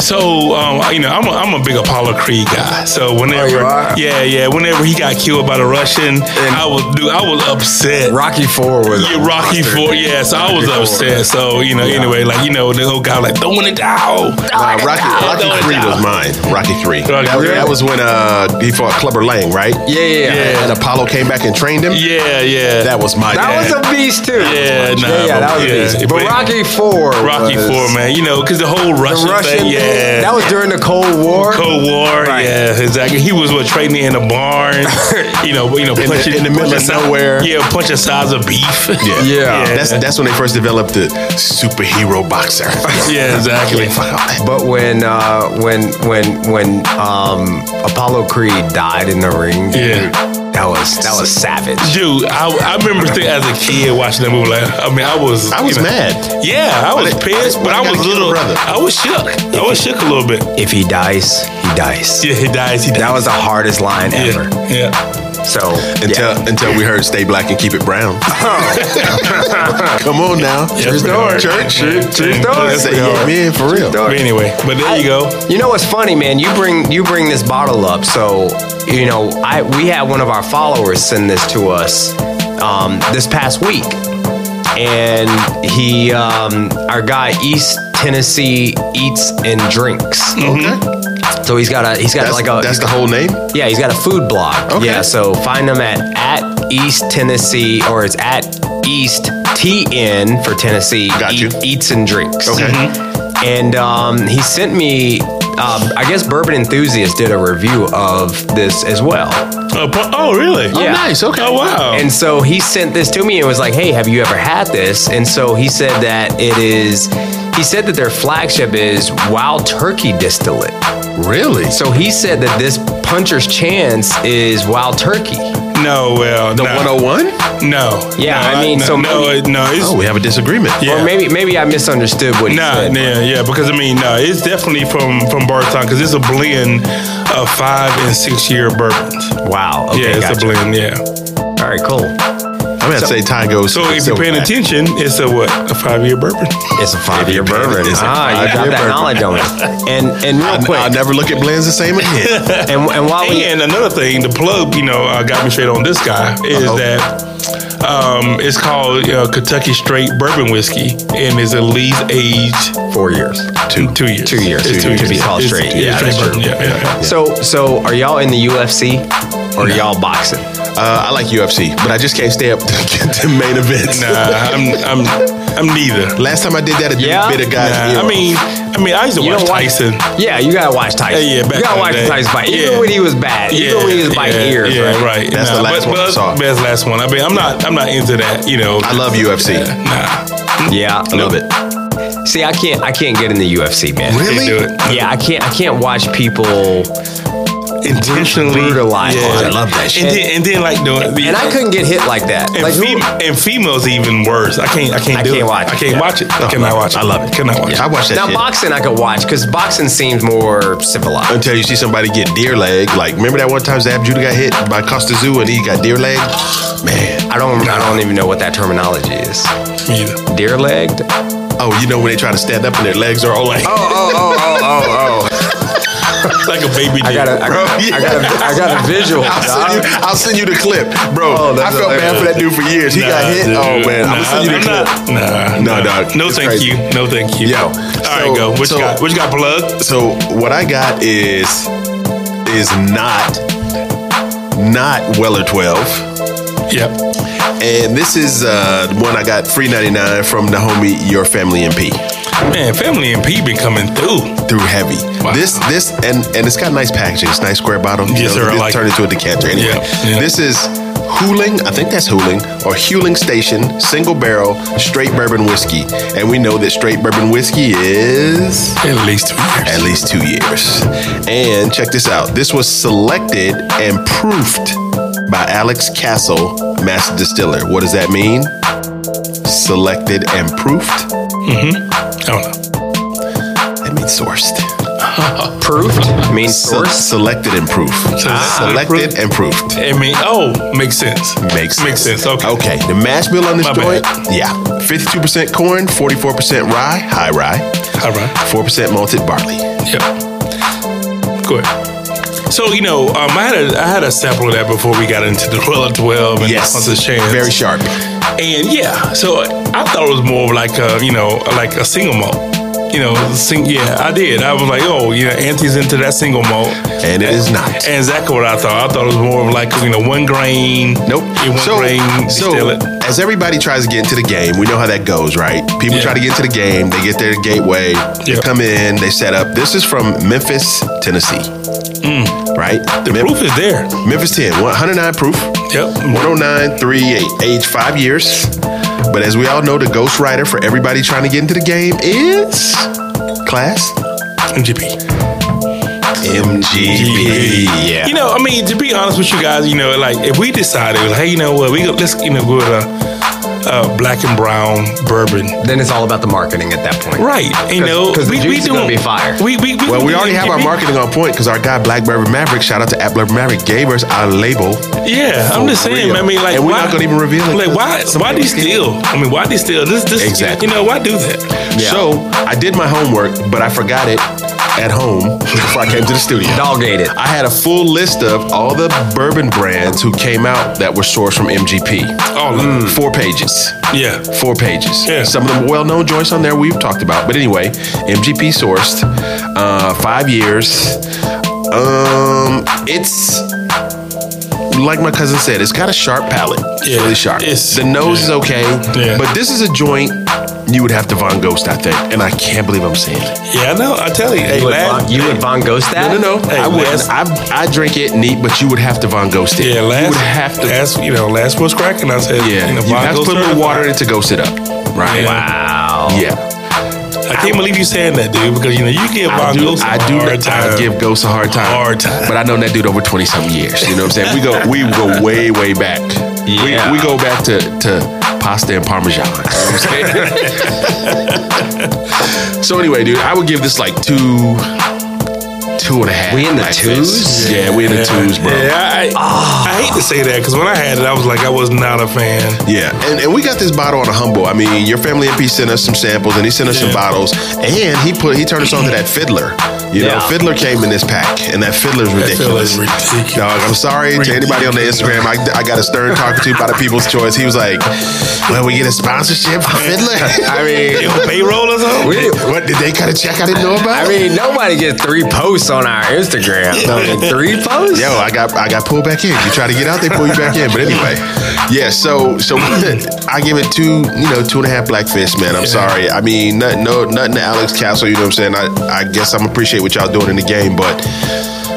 [SPEAKER 3] So um, you know, I'm a, I'm a big Apollo Creed guy. So whenever,
[SPEAKER 4] Oh, are?
[SPEAKER 3] yeah, yeah, whenever he got killed by the Russian, I was dude, I was upset.
[SPEAKER 4] Rocky 4 was
[SPEAKER 3] Yeah, Rocky Four. Yeah, so I was
[SPEAKER 4] Rocky
[SPEAKER 3] upset. So you know, anyway, like you know, the old guy like throwing it down.
[SPEAKER 4] Oh,
[SPEAKER 2] Nah, Rocky, Rocky Three was mine. Rocky Three.
[SPEAKER 3] Rocky
[SPEAKER 2] that, was,
[SPEAKER 3] three.
[SPEAKER 2] that was when uh, he fought Clubber Lang, right?
[SPEAKER 4] Yeah, yeah, yeah.
[SPEAKER 2] And Apollo came back and trained him.
[SPEAKER 3] Yeah, yeah.
[SPEAKER 2] That was my.
[SPEAKER 4] That was a beast too.
[SPEAKER 3] Yeah, nah,
[SPEAKER 4] yeah, that
[SPEAKER 3] but-
[SPEAKER 4] was
[SPEAKER 3] yeah.
[SPEAKER 4] a beast. But
[SPEAKER 3] But-
[SPEAKER 4] Rocky Four,
[SPEAKER 3] Rocky
[SPEAKER 4] was,
[SPEAKER 3] Four, man. You know, because the whole
[SPEAKER 4] the
[SPEAKER 3] Russian,
[SPEAKER 4] Russian
[SPEAKER 3] thing. Yeah,
[SPEAKER 4] that was during the Cold War.
[SPEAKER 3] Cold War,
[SPEAKER 4] Right.
[SPEAKER 3] yeah, exactly. He was what trading in a
[SPEAKER 2] <laughs>
[SPEAKER 3] barn, you know, you know,
[SPEAKER 2] the-
[SPEAKER 3] punching
[SPEAKER 2] in the middle of
[SPEAKER 3] punching si-
[SPEAKER 2] nowhere.
[SPEAKER 3] Yeah, punching size of beef.
[SPEAKER 2] <laughs> Yeah.
[SPEAKER 4] Yeah.
[SPEAKER 2] That's that's when they first developed the superhero boxer.
[SPEAKER 3] <laughs> yeah, exactly.
[SPEAKER 2] Fuck all that.
[SPEAKER 4] But when uh, when when when um, Apollo Creed died in the ring,
[SPEAKER 3] Yeah.
[SPEAKER 4] that was that was savage.
[SPEAKER 3] Dude, I, I remember th- as a kid watching that movie. Like, I mean, I was,
[SPEAKER 2] I was
[SPEAKER 3] you know-
[SPEAKER 2] mad.
[SPEAKER 3] Yeah, I was
[SPEAKER 2] Why they-
[SPEAKER 3] pissed,
[SPEAKER 2] why
[SPEAKER 3] but
[SPEAKER 2] they
[SPEAKER 3] I
[SPEAKER 2] gotta
[SPEAKER 3] was
[SPEAKER 2] kill
[SPEAKER 3] little.
[SPEAKER 2] the brother?
[SPEAKER 3] I was shook. I was shook a little bit.
[SPEAKER 4] If he dies, he dies.
[SPEAKER 3] Yeah, he dies. He dies.
[SPEAKER 4] That was the hardest line ever.
[SPEAKER 3] yeah, yeah.
[SPEAKER 4] So
[SPEAKER 2] Until until we heard "Stay Black and Keep It Brown."
[SPEAKER 4] Oh.
[SPEAKER 2] <laughs> Come on now,
[SPEAKER 3] Yes, man.
[SPEAKER 2] church,
[SPEAKER 3] Church, church.
[SPEAKER 4] doors.
[SPEAKER 2] Say, yeah, man, for real.
[SPEAKER 4] yeah.
[SPEAKER 3] But anyway, but there you go.
[SPEAKER 4] You know what's funny, man? You bring you bring this bottle up, so you know I we had one of our followers send this to us um, this past week, and he um, our guy East Tennessee eats and drinks.
[SPEAKER 2] Okay,
[SPEAKER 3] Mm-hmm.
[SPEAKER 4] So he's got a he's got
[SPEAKER 2] that's,
[SPEAKER 4] like uh, a
[SPEAKER 2] that's the whole name.
[SPEAKER 4] yeah he's got a food blog.
[SPEAKER 2] Okay.
[SPEAKER 4] Yeah, so find him at at East Tennessee or it's at East TN for Tennessee.
[SPEAKER 2] Got you.
[SPEAKER 4] Eats and drinks
[SPEAKER 2] Okay,
[SPEAKER 4] and um, he sent me. Um, I guess Bourbon Enthusiast did a review of this as well,
[SPEAKER 3] Uh, pu- oh, really?
[SPEAKER 4] Yeah.
[SPEAKER 2] nice. Okay,
[SPEAKER 3] Oh, wow.
[SPEAKER 4] and so he sent this to me and was like, "Hey, have you ever had this?" And so he said that it is. He said that their flagship is Wild Turkey Distillate.
[SPEAKER 2] really?
[SPEAKER 4] So he said that this Puncher's Chance is Wild Turkey.
[SPEAKER 3] no, well,
[SPEAKER 2] The
[SPEAKER 3] no,
[SPEAKER 2] 101?
[SPEAKER 3] no.
[SPEAKER 4] Yeah,
[SPEAKER 3] no,
[SPEAKER 4] I mean,
[SPEAKER 3] no,
[SPEAKER 4] so
[SPEAKER 3] no,
[SPEAKER 4] maybe-
[SPEAKER 3] it- no, it's
[SPEAKER 2] Oh, we have a disagreement.
[SPEAKER 3] yeah.
[SPEAKER 4] Or maybe maybe I misunderstood what he
[SPEAKER 3] Nah,
[SPEAKER 4] said.
[SPEAKER 3] yeah, yeah, because I mean, no, it's definitely from from Barton because it's a blend of five and six year bourbons.
[SPEAKER 4] Wow. Okay,
[SPEAKER 3] yeah, it's a
[SPEAKER 4] gotcha.
[SPEAKER 3] blend. Yeah.
[SPEAKER 4] All right, cool.
[SPEAKER 2] I'm gonna say Ty goes.
[SPEAKER 3] So if you're paying
[SPEAKER 2] Silverback.
[SPEAKER 3] attention, it's a what? A five year bourbon.
[SPEAKER 4] It's a five-year
[SPEAKER 2] paid
[SPEAKER 4] bourbon.
[SPEAKER 2] it, it's a
[SPEAKER 4] Ah, you got
[SPEAKER 2] five-year
[SPEAKER 4] that
[SPEAKER 2] bourbon.
[SPEAKER 4] knowledge on it. And and real
[SPEAKER 2] I-
[SPEAKER 4] quick,
[SPEAKER 2] I'll never look at blends the same again.
[SPEAKER 4] <laughs> and, and while we
[SPEAKER 3] And another thing, the plug, you know, uh, got me straight on this guy is
[SPEAKER 2] Uh-oh.
[SPEAKER 3] that um, it's called uh, Kentucky Straight Bourbon Whiskey and is at least aged
[SPEAKER 4] four years.
[SPEAKER 3] two two years.
[SPEAKER 4] Two years.
[SPEAKER 3] It's
[SPEAKER 4] Two years. To be called
[SPEAKER 3] It's-
[SPEAKER 4] straight.
[SPEAKER 3] it's
[SPEAKER 4] Yeah, that's
[SPEAKER 3] bourbon. Yeah, yeah, yeah.
[SPEAKER 4] So so are y'all in the UFC or y'all boxing?
[SPEAKER 2] Uh, I like UFC, but I just can't stay up <laughs> to get to main events.
[SPEAKER 3] Nah, uh, I'm I'm I'm neither.
[SPEAKER 2] Last time I did that, a
[SPEAKER 4] Yeah?
[SPEAKER 2] bit of guys.
[SPEAKER 3] Nah, I mean, I mean, I used to
[SPEAKER 4] You
[SPEAKER 3] watch
[SPEAKER 4] don't watch-
[SPEAKER 3] Tyson.
[SPEAKER 4] Yeah, you gotta watch Tyson.
[SPEAKER 3] Yeah, yeah, back
[SPEAKER 4] you
[SPEAKER 3] in
[SPEAKER 4] gotta
[SPEAKER 3] the
[SPEAKER 4] watch
[SPEAKER 3] day.
[SPEAKER 4] Tyson fight. Even
[SPEAKER 3] Yeah.
[SPEAKER 4] when he was bad, even when he was biting ears.
[SPEAKER 3] yeah,
[SPEAKER 4] right?
[SPEAKER 3] right.
[SPEAKER 2] That's the last
[SPEAKER 3] but-
[SPEAKER 2] one I
[SPEAKER 3] but
[SPEAKER 2] saw.
[SPEAKER 3] That's the last one. I mean, I'm not, I'm not into that. You know,
[SPEAKER 2] I love UFC.
[SPEAKER 3] nah,
[SPEAKER 4] Yeah,
[SPEAKER 2] I love it.
[SPEAKER 4] See, I can't I can't get in the UFC, man.
[SPEAKER 2] Really?
[SPEAKER 3] Can't do it.
[SPEAKER 4] Yeah, I can't I can't watch people.
[SPEAKER 3] intentionally
[SPEAKER 4] Brutalized.
[SPEAKER 2] Oh, I love that shit.
[SPEAKER 3] And then, and then like doing,
[SPEAKER 4] And I couldn't get hit like that.
[SPEAKER 3] And,
[SPEAKER 4] Like who-
[SPEAKER 3] fem- and females even worse. I can't. I can't
[SPEAKER 4] I
[SPEAKER 3] do
[SPEAKER 4] can't
[SPEAKER 3] it.
[SPEAKER 4] watch
[SPEAKER 3] I
[SPEAKER 4] it.
[SPEAKER 3] can't
[SPEAKER 4] Yeah. Oh,
[SPEAKER 3] watch it. I cannot watch it. I love it. Cannot watch
[SPEAKER 2] I
[SPEAKER 3] it.
[SPEAKER 2] watch that
[SPEAKER 4] now
[SPEAKER 2] shit.
[SPEAKER 4] boxing I could watch because boxing seems more civilized.
[SPEAKER 2] Until you see somebody get deer leg. Like, remember that one time Zab Judah got hit by Costa Zoo and he got deer leg? Man.
[SPEAKER 4] I don't I don't even know what that terminology is.
[SPEAKER 3] Me either.
[SPEAKER 4] Deer legged? Oh
[SPEAKER 2] Oh, you know when they try to stand up and their legs are all like.
[SPEAKER 4] oh oh oh oh
[SPEAKER 2] <laughs>
[SPEAKER 4] oh.
[SPEAKER 3] Like a baby.
[SPEAKER 4] I
[SPEAKER 3] dick.
[SPEAKER 4] got a, I
[SPEAKER 2] Bro,
[SPEAKER 4] got,
[SPEAKER 2] yeah.
[SPEAKER 4] I got a, I got a
[SPEAKER 2] <laughs>
[SPEAKER 4] visual.
[SPEAKER 2] I'll
[SPEAKER 4] dog.
[SPEAKER 2] send, you, I'll send you the clip. Bro,
[SPEAKER 4] Oh,
[SPEAKER 2] I
[SPEAKER 4] that's
[SPEAKER 2] felt bad for that dude for years. He
[SPEAKER 3] Nah,
[SPEAKER 2] got hit.
[SPEAKER 3] Uh, dude.
[SPEAKER 2] Oh, man. I'm going
[SPEAKER 3] Nah,
[SPEAKER 2] to send you the
[SPEAKER 3] I'm
[SPEAKER 2] clip.
[SPEAKER 3] not- Nah,
[SPEAKER 2] No,
[SPEAKER 3] nah.
[SPEAKER 2] dog,
[SPEAKER 3] No,
[SPEAKER 2] it's
[SPEAKER 3] thank
[SPEAKER 2] crazy.
[SPEAKER 3] you. No, thank you.
[SPEAKER 2] Yo,
[SPEAKER 3] All right,
[SPEAKER 2] so-
[SPEAKER 3] go. What
[SPEAKER 2] so-
[SPEAKER 3] you got? What you got? Plug.
[SPEAKER 2] So what I got is is not not Weller twelve,
[SPEAKER 3] Yep.
[SPEAKER 2] and this is uh, the one I got free ninety nine from the homie Your Family MP
[SPEAKER 3] Man, family and P been coming through.
[SPEAKER 2] through heavy.
[SPEAKER 3] Wow.
[SPEAKER 2] This this and and it's got nice packaging. It's nice square bottle.
[SPEAKER 3] Yes, sir, I
[SPEAKER 2] this
[SPEAKER 3] like
[SPEAKER 2] Turn
[SPEAKER 3] it.
[SPEAKER 2] into a decanter. Anyway,
[SPEAKER 3] Yeah, yeah.
[SPEAKER 2] this is Hooling, I think that's Hooling, or Hewling Station, single barrel, straight bourbon whiskey. And we know that straight bourbon whiskey is
[SPEAKER 3] At least two years.
[SPEAKER 2] at least two years. And check this out this was selected and proofed by Alex Castle, master distiller. What does that mean? Selected and proofed.
[SPEAKER 3] I don't know.
[SPEAKER 2] That means sourced.
[SPEAKER 4] Proofed means
[SPEAKER 2] Se-
[SPEAKER 4] source.
[SPEAKER 2] selected and proofed.
[SPEAKER 3] Ah,
[SPEAKER 2] selected and proofed.
[SPEAKER 3] I mean, oh, makes sense.
[SPEAKER 2] Makes sense.
[SPEAKER 3] Makes sense. Okay.
[SPEAKER 2] Okay, the mash bill on this
[SPEAKER 3] My
[SPEAKER 2] joint,
[SPEAKER 3] bad.
[SPEAKER 2] yeah, 52% corn, 44% rye, high rye,
[SPEAKER 3] All right.
[SPEAKER 2] 4% malted barley.
[SPEAKER 3] Yep. Good. So you know, um, I had a I had a sample of that before we got into the twelve twelve and
[SPEAKER 2] Yes,
[SPEAKER 3] Hunter's Chance.
[SPEAKER 2] very sharp.
[SPEAKER 3] And yeah, so I thought it was more of like a, you know, like a single malt. You know, sing, yeah, I did. I was like, oh, you know, Auntie's into that single malt.
[SPEAKER 2] And it is not.
[SPEAKER 3] And exactly what I thought. I thought it was more of like, you know, one grain.
[SPEAKER 2] Nope.
[SPEAKER 3] In one grain, distill it.
[SPEAKER 2] as everybody tries to get into the game, we know how that goes, right? People
[SPEAKER 3] Yeah.
[SPEAKER 2] try to get into the game, they get their gateway, they
[SPEAKER 3] Yeah.
[SPEAKER 2] come in, they set up. This is from Memphis, Tennessee, right?
[SPEAKER 3] Mm. The
[SPEAKER 2] Mem-
[SPEAKER 3] proof is there.
[SPEAKER 2] Memphis 10, 109 proof.
[SPEAKER 3] Yep.
[SPEAKER 2] 10938, age five years. But as we all know, the ghostwriter for everybody trying to get into the game is class
[SPEAKER 3] MGP.
[SPEAKER 2] MGB. Yeah.
[SPEAKER 3] You know, I mean, to be honest with you guys, you know, like if we decided, like, hey, you know what, we go, let's, you know, go with a, a black and brown bourbon.
[SPEAKER 4] Then it's all about the marketing at that point.
[SPEAKER 3] Right, you
[SPEAKER 4] 'Cause-
[SPEAKER 3] know,
[SPEAKER 4] 'cause the juice is gonna be fire.
[SPEAKER 3] We, we, we
[SPEAKER 2] Well, we
[SPEAKER 3] doing
[SPEAKER 2] already have our
[SPEAKER 3] MGP.
[SPEAKER 2] marketing on point because our guy Black Bourbon Maverick, shout out to at Black Bourbon Maverick, gave us our label.
[SPEAKER 3] Yeah, I'm
[SPEAKER 2] For
[SPEAKER 3] just saying.
[SPEAKER 2] real.
[SPEAKER 3] I mean, like,
[SPEAKER 2] And we're
[SPEAKER 3] why,
[SPEAKER 2] not gonna even reveal it.
[SPEAKER 3] Like, why? Why do you steal? I mean, why do you steal? This, this,
[SPEAKER 2] Exactly.
[SPEAKER 3] You know, why do that?
[SPEAKER 2] So I did my homework, but I forgot it at home before I came to the studio.
[SPEAKER 4] Dog ate it.
[SPEAKER 2] I had a full list of all the bourbon brands who came out that were sourced from MGP.
[SPEAKER 3] All of it.
[SPEAKER 2] Four pages.
[SPEAKER 3] Yeah.
[SPEAKER 2] four pages.
[SPEAKER 3] Yeah.
[SPEAKER 2] Some of the well-known joints on there we've talked about, but anyway, MGP sourced, uh, five years. Um, it's like my cousin said, it's got a sharp palate. It's
[SPEAKER 3] Yeah,
[SPEAKER 2] really sharp.
[SPEAKER 3] it's-
[SPEAKER 2] the nose is
[SPEAKER 3] yeah.
[SPEAKER 2] okay,
[SPEAKER 3] Yeah.
[SPEAKER 2] but this is a joint you would have to Von Ghost, I think, and I can't believe I'm saying it.
[SPEAKER 3] Yeah, I know. I tell you, hey,
[SPEAKER 4] You would,
[SPEAKER 3] last,
[SPEAKER 4] Von, you would Von Ghost that?
[SPEAKER 2] No, no, no.
[SPEAKER 3] Hey,
[SPEAKER 2] I wouldn't.
[SPEAKER 3] last-
[SPEAKER 2] I, I drink it neat, but you would have to Von Ghost it.
[SPEAKER 3] yeah, last,
[SPEAKER 2] you would have to.
[SPEAKER 3] last, you know, last was cracking. I said,
[SPEAKER 2] yeah,
[SPEAKER 3] you know,
[SPEAKER 2] you have to
[SPEAKER 3] Bongo's
[SPEAKER 2] put a little
[SPEAKER 3] certified.
[SPEAKER 2] water in it to ghost it up, right?
[SPEAKER 3] Yeah.
[SPEAKER 4] Wow.
[SPEAKER 2] Yeah.
[SPEAKER 3] I can't believe you saying that, dude, because you know you give
[SPEAKER 2] I
[SPEAKER 3] Von
[SPEAKER 2] do,
[SPEAKER 3] Ghost a
[SPEAKER 2] I do
[SPEAKER 3] hard time.
[SPEAKER 2] I give Ghost a hard time.
[SPEAKER 3] Hard time.
[SPEAKER 2] But I know that dude over 20 something years. You know what I'm saying? We go we go way, way back. We-
[SPEAKER 4] Yeah.
[SPEAKER 2] We, go back to, to pasta and parmesan. You know what I'm saying? <laughs> so anyway, dude, I would give this like two, two and a half.
[SPEAKER 4] We in the
[SPEAKER 2] like
[SPEAKER 4] twos?
[SPEAKER 2] this. Yeah, we in the twos, bro.
[SPEAKER 3] Yeah, I, I hate to say that because when I had it, I was like, I was not a fan.
[SPEAKER 2] Yeah, and, and we got this bottle on a humble. I mean, your family MP sent us some samples, and he sent us some
[SPEAKER 3] Yeah.
[SPEAKER 2] bottles, and he put he turned us on to that fiddler. You know,
[SPEAKER 4] Yeah.
[SPEAKER 2] fiddler came in this pack, and that fiddler's
[SPEAKER 3] That feel
[SPEAKER 2] ridiculous.
[SPEAKER 3] is ridiculous.
[SPEAKER 2] Dog, I'm sorry to anybody on the Instagram. I, I got a stern talking to by the People's Choice. He was like, "Well, we get a sponsorship for Fiddler." I
[SPEAKER 3] They
[SPEAKER 2] mean,
[SPEAKER 3] on payroll or something.
[SPEAKER 4] We,
[SPEAKER 2] <laughs> what did they cut a check I didn't know about?
[SPEAKER 4] I mean, nobody gets three posts on our
[SPEAKER 2] <laughs>
[SPEAKER 4] Instagram. three posts?
[SPEAKER 2] Yo, I got I got pulled back in. You try to get out, they pull you back in. But anyway, yeah. So so I give it two, you know, two and a half blackfish, man. I'm sorry. I mean, nothing, no, nothing to Alex Castle. You know what I'm saying? I I guess I'm appreciate what y'all doing in the game, but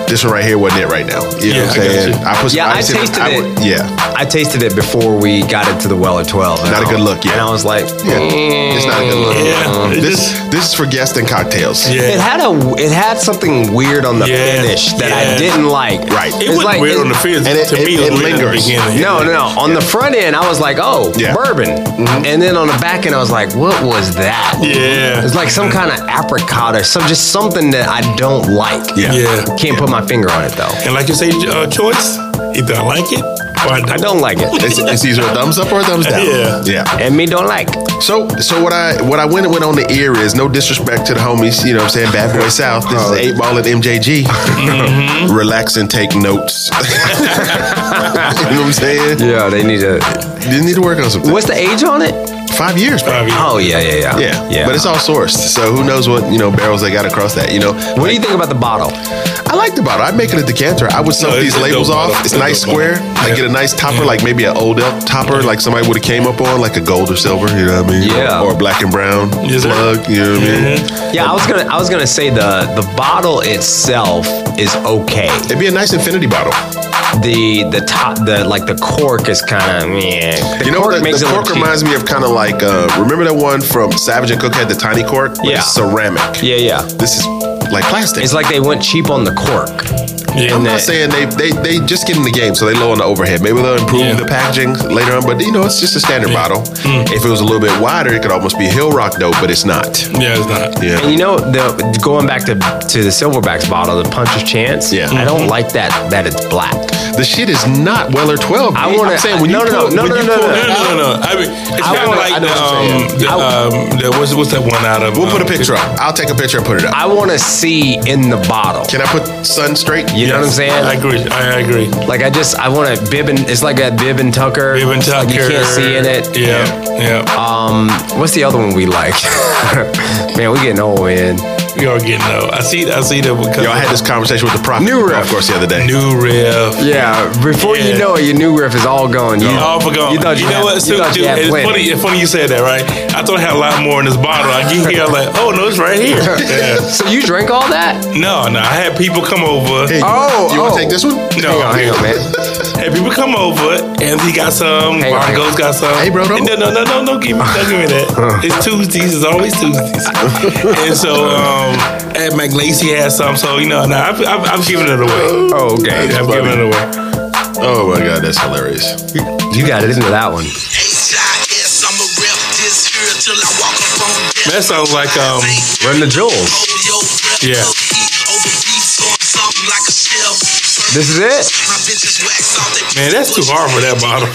[SPEAKER 2] this one right here wasn't it right now. You know
[SPEAKER 3] Yeah,
[SPEAKER 2] what
[SPEAKER 3] I
[SPEAKER 2] I'm
[SPEAKER 3] got
[SPEAKER 2] saying?
[SPEAKER 3] you.
[SPEAKER 2] I put some
[SPEAKER 4] Yeah, I
[SPEAKER 2] ice in
[SPEAKER 4] tasted
[SPEAKER 2] I
[SPEAKER 4] it.
[SPEAKER 2] would- Yeah,
[SPEAKER 4] I tasted it before we got into the well at 12. and
[SPEAKER 2] Not a
[SPEAKER 4] I-
[SPEAKER 2] good look, yeah.
[SPEAKER 4] And I was like,
[SPEAKER 2] yeah.
[SPEAKER 4] Mm.
[SPEAKER 2] It's not a good look.
[SPEAKER 3] Yeah. It
[SPEAKER 2] Um, This this is for guests and cocktails.
[SPEAKER 3] Yeah.
[SPEAKER 4] It had a it had something weird on the
[SPEAKER 3] Yeah,
[SPEAKER 4] finish that I
[SPEAKER 3] yeah.
[SPEAKER 4] didn't like.
[SPEAKER 2] Right.
[SPEAKER 3] It
[SPEAKER 2] It
[SPEAKER 4] It's
[SPEAKER 3] wasn't
[SPEAKER 4] like-
[SPEAKER 3] weird
[SPEAKER 4] it-
[SPEAKER 3] on the fence.
[SPEAKER 2] and it-
[SPEAKER 3] to me,
[SPEAKER 2] it-
[SPEAKER 3] it, was
[SPEAKER 2] it
[SPEAKER 3] weird
[SPEAKER 2] lingers.
[SPEAKER 3] At the beginning.
[SPEAKER 4] No, no, no. On the front end, I was like, oh,
[SPEAKER 2] Yeah.
[SPEAKER 4] bourbon. And then on the back end, I was like, what was that?
[SPEAKER 3] Yeah.
[SPEAKER 4] It's like some kind of apricot or some just something that I don't like.
[SPEAKER 2] Yeah.
[SPEAKER 3] Yeah.
[SPEAKER 4] Can't put my finger on it though.
[SPEAKER 3] And like you say, uh, choice, either I like it or I don't.
[SPEAKER 4] I don't like it.
[SPEAKER 2] It's, it's either a thumbs up or a thumbs down.
[SPEAKER 3] Yeah.
[SPEAKER 2] Yeah.
[SPEAKER 4] and me don't like.
[SPEAKER 2] So, so what I what I went went on the ear is no disrespect to the homies, you know what I'm saying? Bad Boy South. This
[SPEAKER 4] Oh.
[SPEAKER 2] is eight ball at MJG.
[SPEAKER 3] Mm-hmm.
[SPEAKER 2] Relax and take notes. <laughs> you know what I'm saying?
[SPEAKER 4] Yeah, they need to.
[SPEAKER 2] You need to work on something.
[SPEAKER 4] What's the age on it?
[SPEAKER 2] Five years, bro.
[SPEAKER 3] I mean,
[SPEAKER 4] Oh yeah, yeah, yeah.
[SPEAKER 2] Yeah. But it's all sourced, so who knows what you know barrels they got across that? You know.
[SPEAKER 4] What do you think about the bottle?
[SPEAKER 2] I like the bottle. I'd make it a decanter. I would sell
[SPEAKER 3] No, it's
[SPEAKER 2] these
[SPEAKER 3] a
[SPEAKER 2] labels
[SPEAKER 3] dope
[SPEAKER 2] off.
[SPEAKER 3] bottle.
[SPEAKER 2] It's
[SPEAKER 3] It's a
[SPEAKER 2] nice
[SPEAKER 3] dope
[SPEAKER 2] square.
[SPEAKER 3] bottle.
[SPEAKER 2] I
[SPEAKER 3] Yeah. Mm-hmm.
[SPEAKER 2] get a nice topper, like maybe an old elk topper, like somebody would have came up on, like a gold or silver. You know what I mean?
[SPEAKER 4] Yeah.
[SPEAKER 2] Or a black and brown
[SPEAKER 3] Yes, sir. Mm-hmm.
[SPEAKER 2] plug. You know what I mean?
[SPEAKER 4] Yeah, I was gonna I was gonna say the the bottle itself is okay.
[SPEAKER 2] It'd be a nice infinity bottle.
[SPEAKER 4] The the top the like the cork is kind of yeah.
[SPEAKER 2] you know, the, the cork reminds me of kind of like uh, remember that one from Savage and Cook had the tiny cork. But
[SPEAKER 4] Yeah.
[SPEAKER 2] it's ceramic.
[SPEAKER 4] Yeah, yeah.
[SPEAKER 2] this is like plastic.
[SPEAKER 4] It's like they went cheap on the cork.
[SPEAKER 3] Yeah.
[SPEAKER 2] I'm not
[SPEAKER 4] that-
[SPEAKER 2] saying they, they they just get in the game, so they low on the overhead. Maybe they'll improve
[SPEAKER 3] Yeah.
[SPEAKER 2] the packaging later on, but you know it's just a standard bottle. If it was a little bit wider, it could almost be Hill Rock dope, but it's not.
[SPEAKER 3] Yeah, it's not.
[SPEAKER 2] Yeah,
[SPEAKER 4] And you know, the going back to to the silverbacks bottle, the punch of chance.
[SPEAKER 2] Yeah.
[SPEAKER 4] I
[SPEAKER 3] Mm-hmm.
[SPEAKER 4] don't like that that it's black.
[SPEAKER 2] the shit is not Weller twelve.
[SPEAKER 4] I
[SPEAKER 2] dude.
[SPEAKER 4] wanna-
[SPEAKER 2] I'm saying when
[SPEAKER 4] no,
[SPEAKER 2] you
[SPEAKER 4] no,
[SPEAKER 2] pull,
[SPEAKER 4] no,
[SPEAKER 2] when
[SPEAKER 4] no,
[SPEAKER 2] you
[SPEAKER 4] no,
[SPEAKER 2] pull
[SPEAKER 4] no,
[SPEAKER 2] that
[SPEAKER 3] No,
[SPEAKER 2] out-
[SPEAKER 3] no, no, no. I mean, it's
[SPEAKER 4] I
[SPEAKER 3] kind of
[SPEAKER 4] wanna-
[SPEAKER 3] like
[SPEAKER 4] I know
[SPEAKER 3] the,
[SPEAKER 4] what
[SPEAKER 3] um,
[SPEAKER 4] you're saying.
[SPEAKER 3] the,
[SPEAKER 4] I-
[SPEAKER 3] um, the, what's, what's that one out of?
[SPEAKER 2] We'll put a
[SPEAKER 3] um,
[SPEAKER 2] picture up. I'll take a picture and put it up.
[SPEAKER 4] I want to see in the bottle.
[SPEAKER 2] Can I put sun straight?
[SPEAKER 4] you know what
[SPEAKER 3] Yes,
[SPEAKER 4] I'm saying?
[SPEAKER 3] I agree. I agree.
[SPEAKER 4] Like I just I want to bib and it's like a bib and tucker.
[SPEAKER 3] Even
[SPEAKER 4] It's
[SPEAKER 3] Tucker.
[SPEAKER 4] Like you can't see in it.
[SPEAKER 3] Yeah, yeah.
[SPEAKER 4] Um, what's the other one we like? <laughs> man, we getting old, man.
[SPEAKER 3] We are getting though. I see. I see that. Because
[SPEAKER 2] Yo, I had this conversation with the prophet of
[SPEAKER 4] New riff.
[SPEAKER 2] course the other day.
[SPEAKER 3] new riff.
[SPEAKER 4] Yeah, before
[SPEAKER 3] Yeah.
[SPEAKER 4] you know it, your new riff is all gone. You,
[SPEAKER 3] Oh, I forgot. You,
[SPEAKER 4] You thought you,
[SPEAKER 3] know
[SPEAKER 4] had,
[SPEAKER 3] what,
[SPEAKER 4] you
[SPEAKER 3] Sue,
[SPEAKER 4] thought
[SPEAKER 3] dude,
[SPEAKER 4] you had
[SPEAKER 3] it's
[SPEAKER 4] plenty.
[SPEAKER 3] funny. It's funny you said that, right? I thought I had a lot more in this bottle. I get here, I'm like, oh no, it's right
[SPEAKER 4] <laughs>
[SPEAKER 3] here. Yeah.
[SPEAKER 4] So you drank all that?
[SPEAKER 3] No, no, I had people come over.
[SPEAKER 2] Hey, you-
[SPEAKER 4] Oh,
[SPEAKER 2] you want
[SPEAKER 4] oh.
[SPEAKER 2] to take this one?
[SPEAKER 3] no,
[SPEAKER 4] Hang on, man.
[SPEAKER 3] Had people come over, and he got some.
[SPEAKER 4] Hang on, hang
[SPEAKER 3] Bongo's
[SPEAKER 4] on.
[SPEAKER 3] got some.
[SPEAKER 2] Hey, bro, don't-
[SPEAKER 3] No, no, no, no, don't give me, don't give me
[SPEAKER 2] <laughs>
[SPEAKER 3] that. It's Tuesdays. It's always Tuesdays. and so, um, at McLacy had some. So you know, nah, I've, I've, I've given it away.
[SPEAKER 4] Oh, okay.
[SPEAKER 3] I've
[SPEAKER 2] funny.
[SPEAKER 3] given it away.
[SPEAKER 2] Oh my god, that's hilarious.
[SPEAKER 4] You got it into that one.
[SPEAKER 3] That sounds like um,
[SPEAKER 4] Run the jewels.
[SPEAKER 3] yeah.
[SPEAKER 4] This is it.
[SPEAKER 3] Man, that's too hard for that bottle.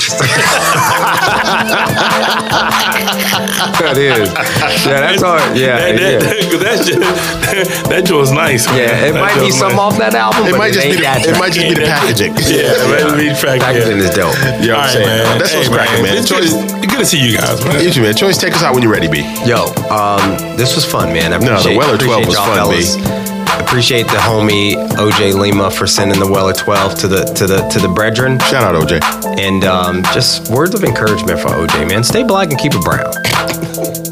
[SPEAKER 4] That is. Yeah,
[SPEAKER 3] <laughs>
[SPEAKER 4] that's hard. Yeah,
[SPEAKER 3] that, that,
[SPEAKER 4] yeah.
[SPEAKER 3] That, that, that, <laughs> that joint's nice. Man.
[SPEAKER 4] Yeah, it
[SPEAKER 3] That
[SPEAKER 4] might be
[SPEAKER 3] joint's
[SPEAKER 4] something
[SPEAKER 3] nice.
[SPEAKER 4] off that album.
[SPEAKER 2] It
[SPEAKER 4] but
[SPEAKER 2] might just
[SPEAKER 4] ain't
[SPEAKER 2] be the,
[SPEAKER 4] that
[SPEAKER 2] it might just be the packaging.
[SPEAKER 3] Yeah, it might be track.
[SPEAKER 4] packaging
[SPEAKER 3] yeah.
[SPEAKER 4] is dope.
[SPEAKER 2] You know what I'm
[SPEAKER 3] All right,
[SPEAKER 2] saying?
[SPEAKER 3] man.
[SPEAKER 2] That's what's
[SPEAKER 3] Hey,
[SPEAKER 2] cracking, man.
[SPEAKER 3] It's good,
[SPEAKER 2] Choice,
[SPEAKER 3] to- good to see you guys, man.
[SPEAKER 2] you, man. Choice, take us out when you're ready, B.
[SPEAKER 4] Yo, um, this was fun, man. I
[SPEAKER 2] the
[SPEAKER 4] appreciate,
[SPEAKER 2] Weller 12
[SPEAKER 4] appreciate
[SPEAKER 2] was
[SPEAKER 4] y'all
[SPEAKER 2] fun,
[SPEAKER 4] fellas. Appreciate the homie OJ Lima for sending the Weller 12 to the to the to the brethren,
[SPEAKER 2] Shout out, OJ.
[SPEAKER 4] and um, just words of encouragement for OJ, man. Stay black and keep it brown.